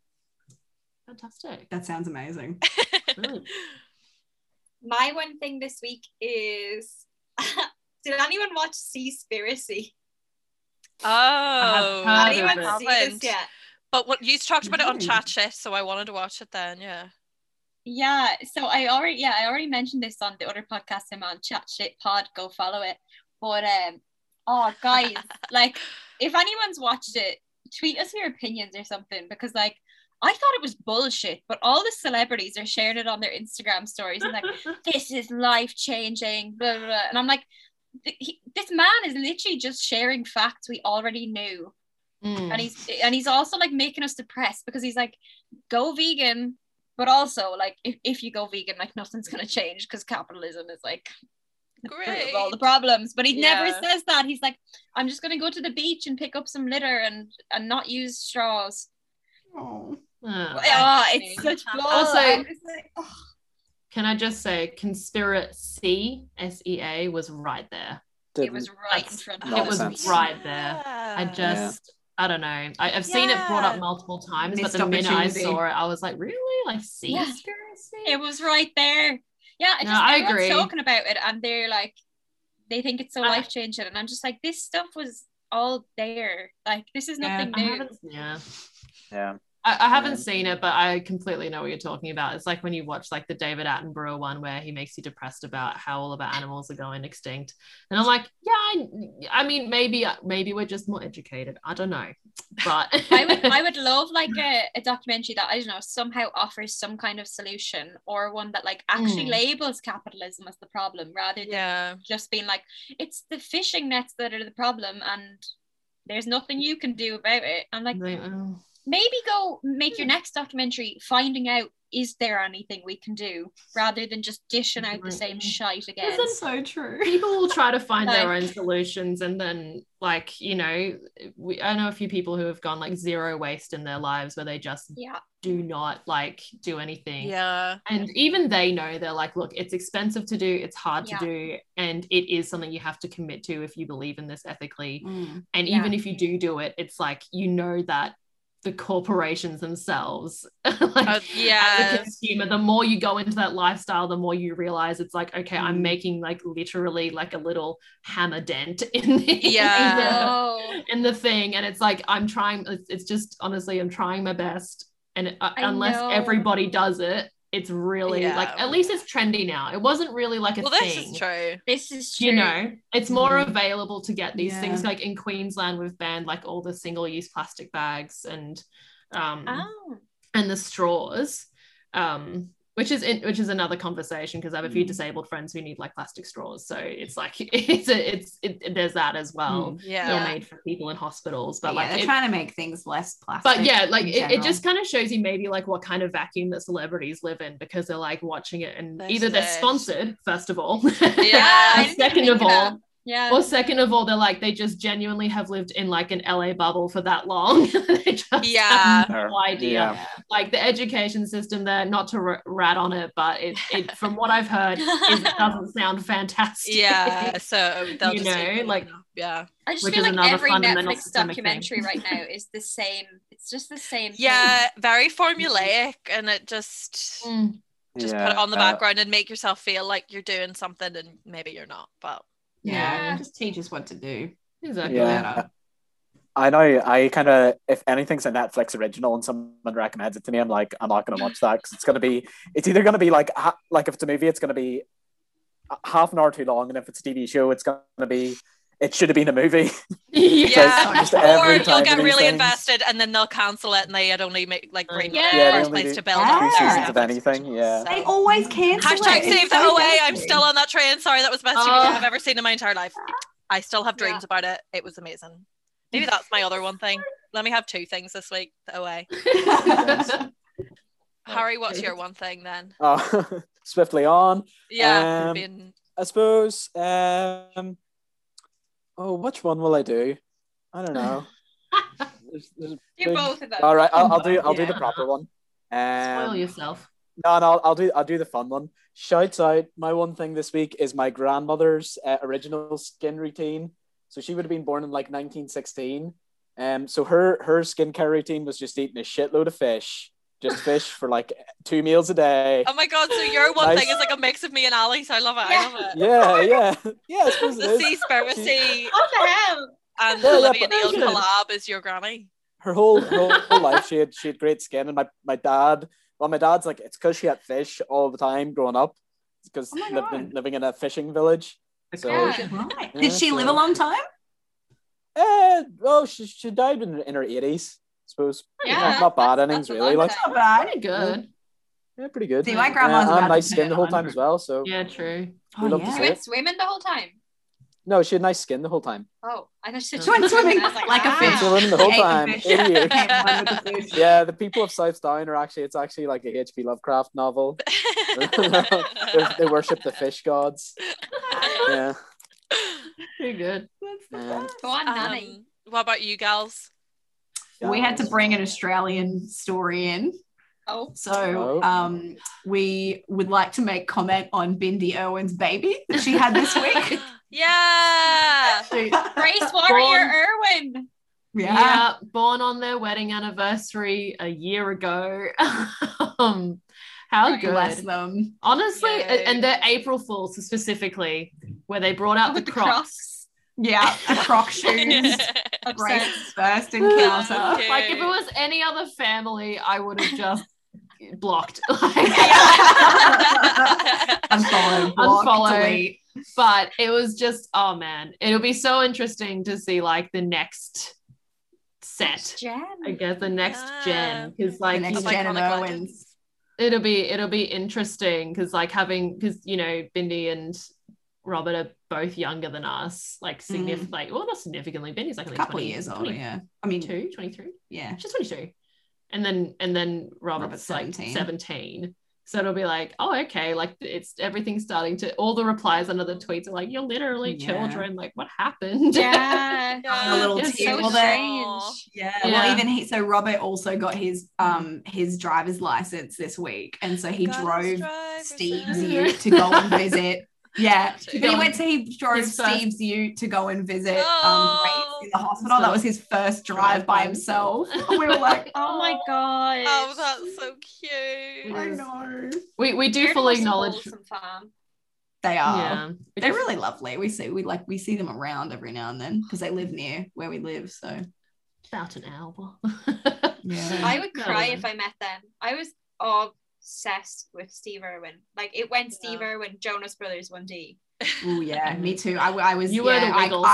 Fantastic. That sounds (laughs) amazing. Brilliant. My one thing this week is (laughs) did anyone watch Seaspiracy? Oh, I have heard anyone of see this haven't. yet? But what you talked about it on No. chat shift, so I wanted to watch it then. Yeah. Yeah, so I already yeah, I already mentioned this on the other podcast I'm on, Chat Shit Pod, go follow it. But um oh guys, like if anyone's watched it, tweet us your opinions or something because like I thought it was bullshit, but all the celebrities are sharing it on their Instagram stories (laughs) and (laughs) like this is life changing, blah, blah, blah. And I'm like, th- he, this man is literally just sharing facts we already knew and Mm. he's and he's also like making us depressed because he's like go vegan but also like if, if you go vegan like nothing's going to change because capitalism is like the root Great. of all the problems but he Yeah. never says that he's like i'm just going to go to the beach and pick up some litter and and not use straws Oh. Uh, oh it's such bull. Also- I'm just like, oh. Can I just say conspiracy S E A was right there. it was right in That's- front of it was Nonsense. right there. I just I don't know. I, I've seen it brought Yeah. up multiple times, Missed but the minute I opportunity. saw it, I was like, really? Like sea Yeah. conspiracy? it was right there yeah it No, just, I everyone's agree. talking about it and they're like they think it's so I- life changing and i'm just like this stuff was all there like this is Yeah, nothing I new haven't, yeah. Yeah. I, I haven't Yeah. seen it, but I completely know what you're talking about. It's like when you watch like the David Attenborough one where he makes you depressed about how all of our animals are going extinct. And I'm like, yeah, I, I mean, maybe maybe we're just more educated. I don't know. But I would (laughs) I would love like a, a documentary that I don't know somehow offers some kind of solution or one that like actually Mm. labels capitalism as the problem rather than Yeah. just being like it's the fishing nets that are the problem and there's nothing you can do about it. I'm like Like, oh. maybe go make Hmm. your next documentary finding out is there anything we can do rather than just dishing out the same Right. shite again. Isn't so true. people will try to find their Like- own solutions and then like you know we i know a few people who have gone like zero waste in their lives where they just Yeah. do not like do anything Yeah. and even they know they're like look it's expensive to do it's hard Yeah. to do and it is something you have to commit to if you believe in this ethically Mm. and Yeah. even if you do do it it's like you know that the corporations themselves (laughs) like Oh, as a yeah. consumer, the more you go into that lifestyle, the more you realize it's like, okay, Mm. I'm making like literally like a little hammer dent (laughs) in the Yeah. I know. in the thing, and it's like I'm trying. It's, it's just honestly, I'm trying my best, and uh, I unless know. everybody does it, it's really Yeah. like at least it's trendy now. It wasn't really like a Well, thing. this is true. This is true. You know, it's more available to get these Mm-hmm. Yeah. things. Like in Queensland, we've banned like all the single-use plastic bags and um, Ah. Oh. and the straws, um, which is in, which is another conversation because I have a few Mm. disabled friends who need like plastic straws. So it's like (laughs) it's a, it's it, there's that as well. They're Yeah. Yeah. made for people in hospitals, But Mm. but yeah, like. they're it- trying to make things less plastic. but yeah, like in it, it general. just kind of shows you maybe like what kind of vacuum that celebrities live in because they're like watching it and This either is they're it. sponsored, first of all. (laughs) Yeah, I And didn't even second think of of all, that. Yeah. (laughs) or second of all, they're like they just genuinely have lived in like an LA bubble for that long. (laughs) they just have Yeah. no idea Yeah. like the education system there not to r- rat on it but it, it from what i've heard is, it doesn't sound fantastic (laughs) Yeah. So they'll You just know, ignore like- them. yeah. I just which feel is like another every fundamental Netflix systemic thing. documentary right now is the same. It's just the same. thing. Yeah. Very formulaic, and it just Mm. just yeah, put it on the uh, background and make yourself feel like you're doing something, and maybe you're not. But yeah, Yeah. it just teach us what to do. exactly Yeah. Better. I know. I kind of, if anything's a Netflix original and someone recommends it to me, I'm like, I'm not going to watch that because it's going to be, it's either going to be like, ha- like if it's a movie, it's going to be a- half an hour too long, and if it's a TV show, it's going to be, it should have been a movie. (laughs) yeah, Yeah. So it's (laughs) just or every you'll time get these really things- invested and then they'll cancel it and they had only make like green Yeah. yeah, Yeah, they first only place do to build up two their seasons of Netflix anything, originals. yeah. So- They always cancel. Hashtag it. It's save the so OA. I'm frustrating. still on that train. Sorry, that was the best TV Oh. show I've ever seen in my entire life. I still have Yeah. dreams about it. It was amazing. Maybe that's my other one thing. Let me have two things this week. The OA. Harry, what's your one thing then? Oh, (laughs) swiftly on. Yeah. Um, being- I suppose. Um, oh, which one will I do? I don't know. There's- there's- Do both of them. all right, I'll, I'll do. I'll do Yeah. the proper one. spoil Um, yourself no, no, I'll, I'll do. I'll do the fun one. Shouts out! My one thing this week is my grandmother's uh, original skin routine. So she would have been born in like 1916. Um, so her her skincare routine was just eating a shitload of fish, just fish for like two meals a day. (laughs) Oh my god! So your one Nice. thing is like a mix of me and Ali. So I love it. I love it. Yeah, yeah, (laughs) yeah. I suppose it The is. sea spiracy What the hell? and Yeah, yeah, Olivia but- Neal Good. collab is your granny. (laughs) her whole her whole, whole life she had she had great skin and my, my dad well my dad's like it's because she had fish all the time growing up because Oh my living, God. living in a fishing village so Yeah. Right. Yeah, Did she live a so- long time? eh, well she, she died in, in her 80s I suppose Yeah, not, not bad that's- innings that's a really long like time. Pretty good. yeah pretty good See, my grandma's uh, about and nice to skin turn the whole time 100. as well so Yeah, true. We Oh, love to yeah. see She it. went swimming the whole time. no she had nice skin the whole time Oh, I thought she said She went swimming I was "Ah, like a She fish. was swimming the whole She ate the time fish. (laughs) idiot. Okay, fine with the fish. yeah the people of South Down are actually it's actually like a H.P. Lovecraft novel they, they worship the fish gods yeah Pretty good. yeah. Go on, Nanny. Um, what about you, gals? We had to bring an Australian story in. Oh, So Oh. um, we would like to make comment on Bindi Irwin's baby that she had (laughs) this week. (gasps) yeah. Grace Warrior Irwin. Yeah. yeah. born on their wedding anniversary a year ago. (laughs) um, how Right. good. Bless them. Honestly, Yay. a- and their April Fools specifically, where they brought out With the the crocs. cross. Yeah. A (laughs) (laughs) croc (laughs) shoes. Grace's first (laughs) encounter. Okay. Like if it was any other family, I would (laughs) have just blocked. (laughs) Like, Unfollow, block, Unfollow. delete. but it was just oh man, it'll be so interesting to see like the next set. (laughs) I Jen. guess the next Yeah. gen because like the next you know, Like gen of iconic Irwins. it'll be it'll be interesting because like having because you know Bindi and Robert are both younger than us, like significant, like well not significantly. Bindi's like Mm. A only couple 20, years older. 22, Yeah. I mean, 23. yeah. she's 22 and then and then robert's Robert's like 17. 17 so it'll be like oh okay like it's everything's starting to all the replies under the tweets are like you're literally Yeah. children like what happened (laughs) Yeah. A little It's tear. so Well, they- strange. Yeah. Yeah. Well, even he. So Robert also got his um his driver's license this week, and so he drove Steve's Ute to go and (laughs) visit. Yeah, To he go went to he drove his first- Steve's Ute to go and visit um, Oh. Grace in the hospital. That was his first drive by himself. (laughs) We were like, Oh my god. Oh, that's so cute. I know we we do fully acknowledge they are. yeah We They're do- really lovely. We see we like we see them around every now and then because they live near where we live. So about an hour (laughs) yeah, I would No, cry no. if I met them. I was obsessed with Steve Irwin. Like it went Steve Irwin, Jonas Brothers 1D. oh yeah, me too. I, I was Mm-hmm. you yeah, were the I- wiggles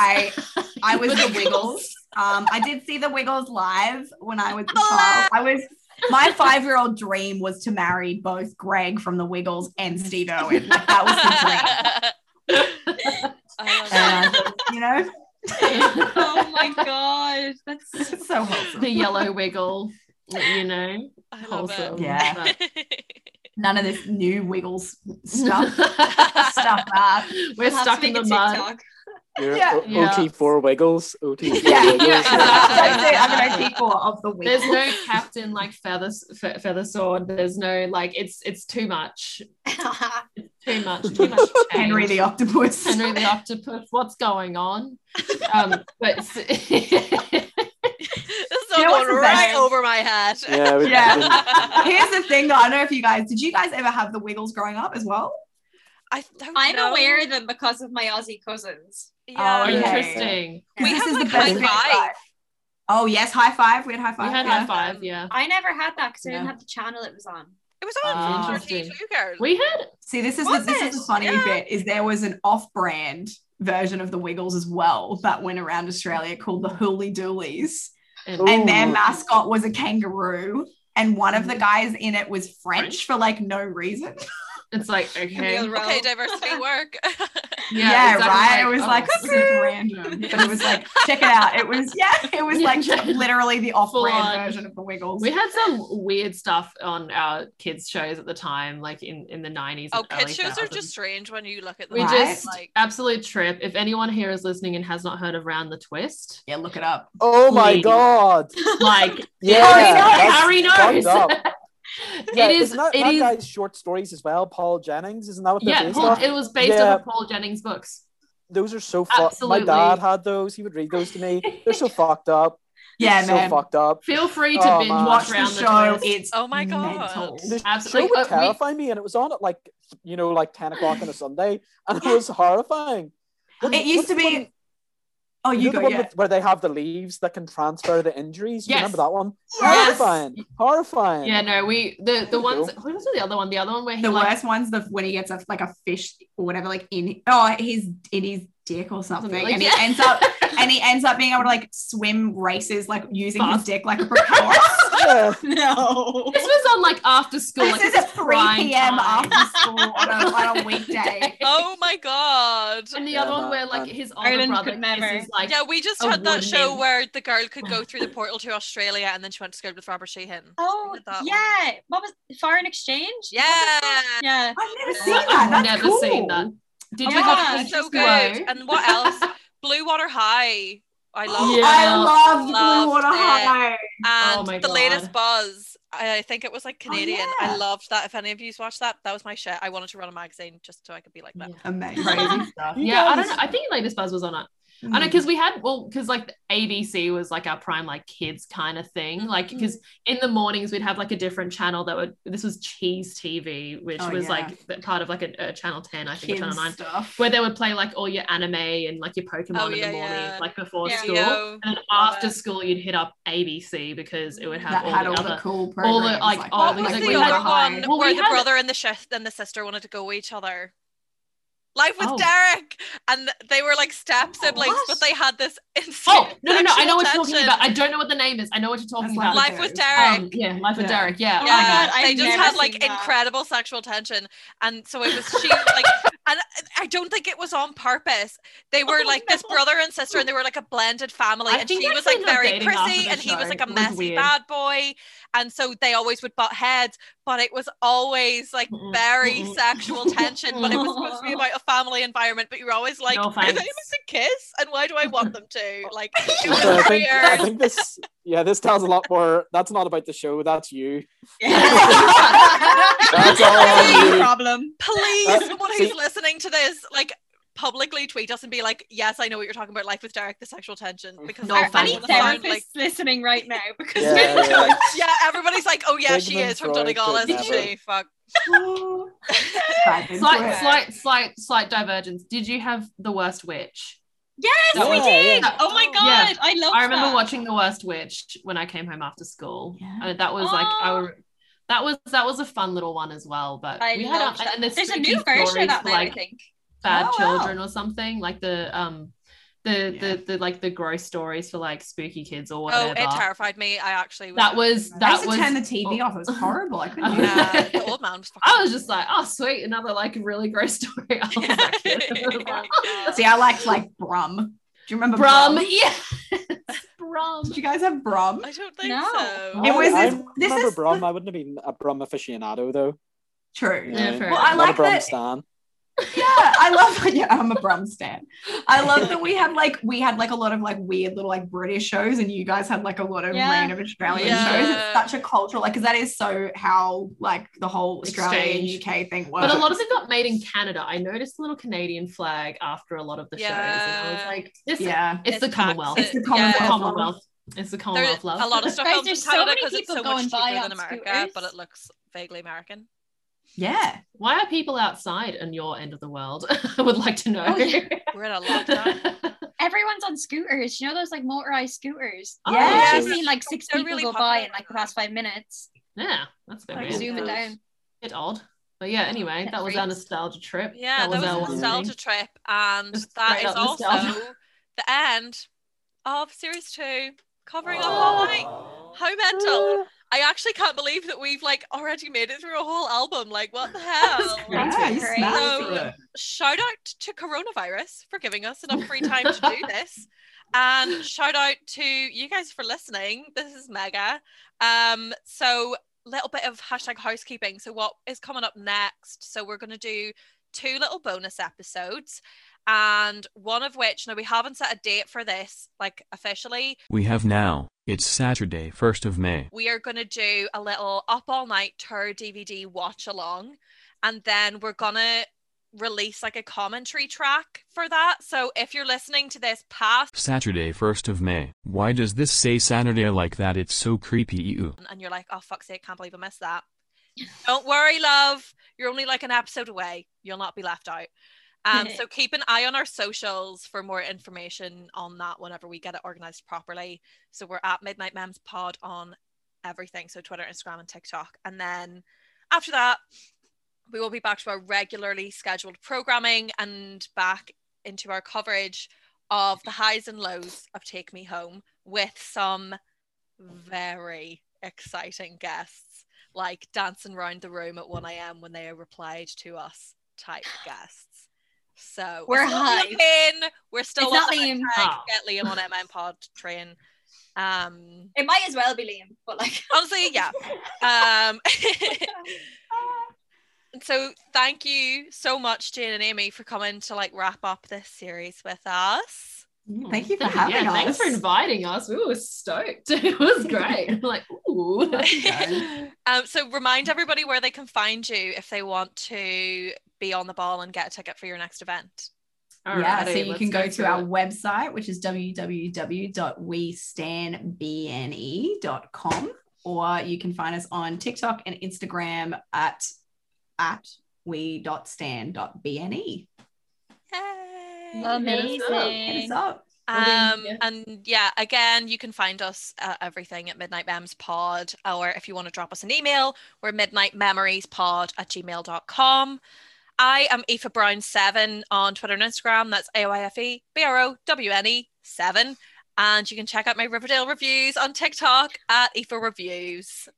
I, I You was were the Wiggles. Um, I did see the Wiggles live when I Oh, was a child. I was my five-year-old dream was to marry both Greg from the Wiggles and Steve Irwin. Like, that was the I dream. (laughs) (laughs) And, uh, you know, (laughs) oh (laughs) my god. That's it's so wholesome. the yellow wiggle you know love it. I love (laughs) wholesome it. Yeah. but- None of this new Wiggles (laughs) stuff. stuff that. we're I'll have stuck to in the make a mud TikTok. You're Yeah. O- Yeah. OT4 Wiggles. OT4 (laughs) Yeah, Wiggles. yeah, That's it. I'm an people of the there's Wiggles. no captain like feather fe- feather sword there's no like it's it's too much (laughs) too much (laughs) too much change. Henry the Octopus. henry the octopus what's going on um but s- (laughs) This is You know all going what's the right best? over my head. Yeah, we- Yeah. Here's the thing, though. I don't know if you guys did. You guys ever have the Wiggles growing up as well? (laughs) I don't I'm know. aware of them because of my Aussie cousins. Yeah. Oh, (laughs) okay. interesting We This have is like the best high bit. five. Oh yes, high five. We had high we five. had yeah. high five yeah I never had that because I didn't No. have the channel it was on. It was on Ah. for 32 girls. we had See, this is the, Was this it? is the funny Yeah. bit is there was an off-brand version of the Wiggles as well that went around Australia called the Hooly Doolies, and their Ooh. mascot was a kangaroo. And one of the guys in it was French for like no reason. it's like okay Camille Rowe. Okay, diversity (laughs) work. Yeah, right. it was oh, like this is cuckoo. random But it was like, check it out. It was (laughs) yeah, it was like Yeah. literally the Full-on. off-brand version of the Wiggles. We had some weird stuff on our kids' shows at the time, like in, in the 90s. oh, and early kids shows are 2000s. just strange when you look at them. We Right. just like absolute trip. If anyone here is listening and has not heard of Round the (laughs) Twist, Yeah, look it up. (laughs) Oh my Wait. god. like Yeah. Oh, Harry knows, that's Harry knows. fucked up. Yeah, (laughs) it is. Isn't that, It that is- guy's short stories as well? Paul Jennings. Isn't that what they're Yeah, based Paul- off? it was based Yeah. off of Paul Jennings' books. Those are so fucked. My Absolutely. (laughs) dad had those. He would read those to me. They're so fucked up. yeah, so man. fucked up. Feel free to Oh, binge man. Watch watch the round show. twist. It's Oh my God. mental. The Absolutely. show Uh, would we- terrify me, and it was on at like you know like ten o'clock on a Sunday, and it was horrifying. What- It used what's to the be. one- oh, you you know the go. one Yeah. with, where they have the leaves that can transfer the injuries. You Yes. remember that one? Yes. Horrifying! Horrifying! Yeah, no, we the the Cool. ones. Who was the other one? The other one where he the like worst one's the when he gets a like a fish or whatever, like in oh he's in his dick or something, Something like and that. he ends (laughs) up and he ends up being able to like swim races like using his Fast. dick like a (laughs) propellor. (laughs) Yeah. no. This was on like after school. This like, is it was at 3 prime p.m. time. after school on a, on a (laughs) weekday. Oh my god. And the Yeah, other one where man. like his older Ireland brother could never. kisses (laughs) like Yeah, we just a had that show woman. where the girl could go (sighs) through the portal to Australia and then she went to school with Robert Sheehan. Oh That one. yeah. What was foreign exchange? Yeah. oh Yeah. I've never Yeah. seen that. I've That's never cool. seen that. Did Oh you my have God, an So interest good. though? And what (laughs) else? Blue Water High. (gasps) (gasps) I love Yeah. that. I love Loved Blue Water it. High. And Oh my the God. Oh, latest Buzz. I I think it was like Canadian. yeah. I loved that. If any of you watched that, that was my shit. I wanted to run a magazine just so I could be like that. Amazing. Crazy stuff. You Yeah, (laughs) I guys- don't know. I think Latest Buzz was on it. I know Mm. because we had well because like ABC was like our prime like kids kind of thing like because in the mornings we'd have like a different channel that would this was Cheese TV which Oh, was yeah. like the- part of like a, a Channel Ten I think or Channel Kids Nine stuff. where they would play like all your anime and like your Pokemon Oh, in yeah, the morning yeah. like before Yeah. school Yo. and then Love after it. school you'd hit up ABC because it would have that all had the all other the cool programs. all the, like, oh, all that. the- What was like, the we other had- one Well, we where the had- brother and the sh- and the sister wanted to go each other? Life with Oh. Derek, and they were like step siblings, what? but they had this insane. oh no no no I know what you're sexual talking tension. about I don't know what the name is I know what you're talking That's about like- Life with Derek. um, yeah Life with Yeah. Derek yeah Oh yeah, my God, they I've just never had like seen that. incredible sexual tension, and so it was she like, (laughs) and I don't think it was on purpose. They were Oh, like this no. brother and sister, and they were like a blended family, I and think she I was like found out very dating after prissy, the and he was show. like a It was messy weird. bad boy, and so they always would butt heads, but it was always like Mm-mm. very Mm-mm. sexual tension, but it was supposed (laughs) to be about a family environment, but you were always like, No are they thanks. supposed to kiss, and why do I want them to? (laughs) Like, it was So I think I weird. think this yeah this tells a lot more. That's not about the show. That's you. (laughs) That's all on you. problem. please Uh, someone see- who's listening to this like publicly tweet us and be like yes i know what you're talking about life with derek the sexual tension because No I Are don't any wanna sound therapists like listening right now? Because Yeah, we yeah. don't. yeah everybody's like oh yeah she Sigmund is from Freud donegal could isn't never. she fuck Dive into slight it. slight slight slight divergence did you have the worst witch Yes, (laughs) we Yeah, did. yeah. Oh my Yeah. god, I love. I remember that. watching The Worst Witch when I came home after school. Yeah. Uh, that was like Oh. our that was that was a fun little one as well. But I we had love um, and, and the There's a spooky new version stories of that for, now, I like think. bad Oh, wow. children or something like the um the, Yeah. the the like the gross stories for like spooky kids or oh whatever. it terrified me i actually was that was I that used to was Oh. turn the TV off. It was horrible. I (laughs) (laughs) couldn't. do it. yeah, the old man was fucking I was just like oh sweet another like really gross (laughs) story. I was like, (laughs) (laughs) (laughs) See, I liked like Brum. Do you remember Brum? Brum yeah Brum. Did you guys have Brum? i don't think No. so (laughs) It was I, this- I this remember is Brum. the- I wouldn't have been a Brum aficionado though. True. Yeah, fair Well, I Not like a Brum that. stan. Yeah, I love. (laughs) Yeah, I'm a Brum stan. I love that we had like we had like a lot of like weird little like British shows, and you guys had like a lot of Yeah. random Australian Yeah. shows. It's such a cultural like because that is so how like the whole Australian Exchange. UK thing was. But a lot of them got made in Canada. I noticed a little Canadian flag after a lot of the shows. And I was Yeah. like, this, yeah. it's, the It's Commonwealth. taxes. It's the It's Commonwealth. the Yeah. Commonwealth. It's the There's Commonwealth love. a lot of stuff Guys, filmed in there's so Canada many because it's people so much going by cheaper on than America, scooters. but it looks vaguely American. Yeah. Why are people outside in your end of the world? (laughs) I would like to know. Oh, yeah. (laughs) We're in a lockdown. Everyone's on scooters. You know those like motorized scooters. Oh, Yes. I've seen like six They're people really go by in popular. like the past five minutes. yeah, that's a bit, Like, weird. Zoom it those. down. bit odd. But yeah, anyway, Get that was our freaks. nostalgia trip. Yeah, that was, our a one nostalgia thing. trip, and Just that straight is up also nostalgia. the end of series two, covering a whole night. How mental! Ah. I actually can't believe that we've like already made it through a whole album. Like, (laughs) what the hell? great. Yeah, you Great. smashed So- it. shout out to coronavirus for giving us enough free time to do this, and shout out to you guys for listening. This is mega. Um, so little bit of hashtag housekeeping. So what is coming up next? So we're gonna do two little bonus episodes. And one of which, now we haven't set a date for this, like officially, We have now, it's Saturday, 1st of May. we are going to do a little up all night tour DVD watch along. And then we're going to release like a commentary track for that. So if you're listening to this past Saturday, 1st of May. Why does this say Saturday like that? It's so creepy. Ew. and you're like, oh fuck's sake, can't believe I missed that. Don't worry, love. You're only like an episode away. You'll not be left out. Um, so keep an eye on our socials for more information on that whenever we get it organized properly. So we're at Midnight Mems Pod on everything. So Twitter, Instagram, and TikTok. And then after that, we will be back to our regularly scheduled programming and back into our coverage of the highs and lows of Take Me Home with some very exciting guests, like dancing round the room at 1 a.m. when they replied to us (sighs) type guests. So We're it's not hyped. Liam. We're still It's not on the Liam. Oh. get Liam on MM (laughs) Pod train. Um, It might as well be Liam, (laughs) but like (laughs) honestly, yeah. Um, (laughs) so thank you so much, Jane and Amy, for coming to like wrap up this series with us. Thank you for having yeah, Thanks us. for inviting us. We were stoked. (laughs) It was (laughs) great. like, ooh. (laughs) Um, so remind everybody where they can find you if they want to be on the ball and get a ticket for your next event. yeah, so Alrighty, you let's can go to through our it. website, which is www.westandbne.com, or you can find us on TikTok and Instagram at at we.stand.bne. Yay! Amazing. Hit us up. Um, yeah. and yeah, again, you can find us uh, everything at Midnight Mems Pod, or if you want to drop us an email, we're midnightmemoriespod at gmail.com. I am Aoife Brown7 on Twitter and Instagram. That's A O I F E B R O W N E 7. And you can check out my Riverdale reviews on TikTok at Aoife Reviews.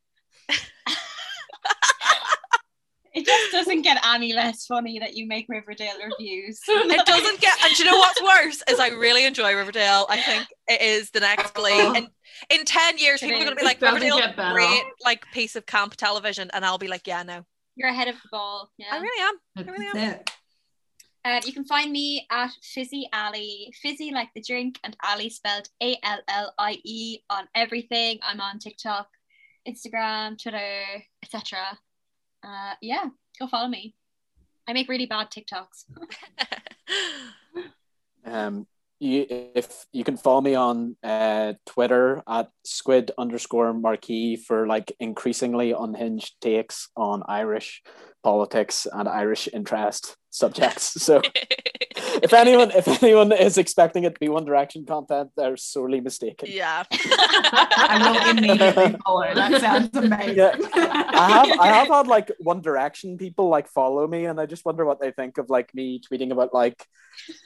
it just doesn't get any less funny that you make Riverdale reviews. It doesn't get, and do you know what's worse is I really enjoy Riverdale. I think it is the next Glee, and in ten years It people are going to be is. like Oh. It doesn't Riverdale, get better. great like piece of camp television, and I'll be like, yeah, no, You're ahead of the ball. Yeah. I really am, I really am. That's it. Um, you can find me at Fizzy Alley, Fizzy like the drink, and Alley spelled A L L I E on everything. I'm on TikTok, Instagram, Twitter, etc. Uh, yeah, go follow me. I make really bad TikToks. (laughs) Um, you, if you can follow me on uh, Twitter at squid underscore marquee for like increasingly unhinged takes on Irish politics and Irish interest subjects. (laughs) So if anyone if anyone is expecting it to be One Direction content, they're sorely mistaken. (laughs) (laughs) yeah, (laughs) I will immediately follow. That sounds amazing. (laughs) Yeah. I have I have had like One Direction people like follow me, and I just wonder what they think of like me tweeting about like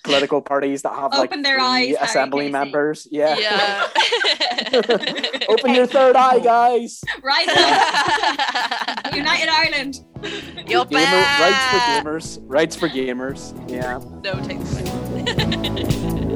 political parties that have like Open their three eyes, Harry assembly Casey. members. Yeah. yeah. (laughs) (laughs) Open your third eye, guys. Rise up, United Ireland. You're Gamer, rights for back. gamers. Rights for gamers. Yeah. No, take the mic.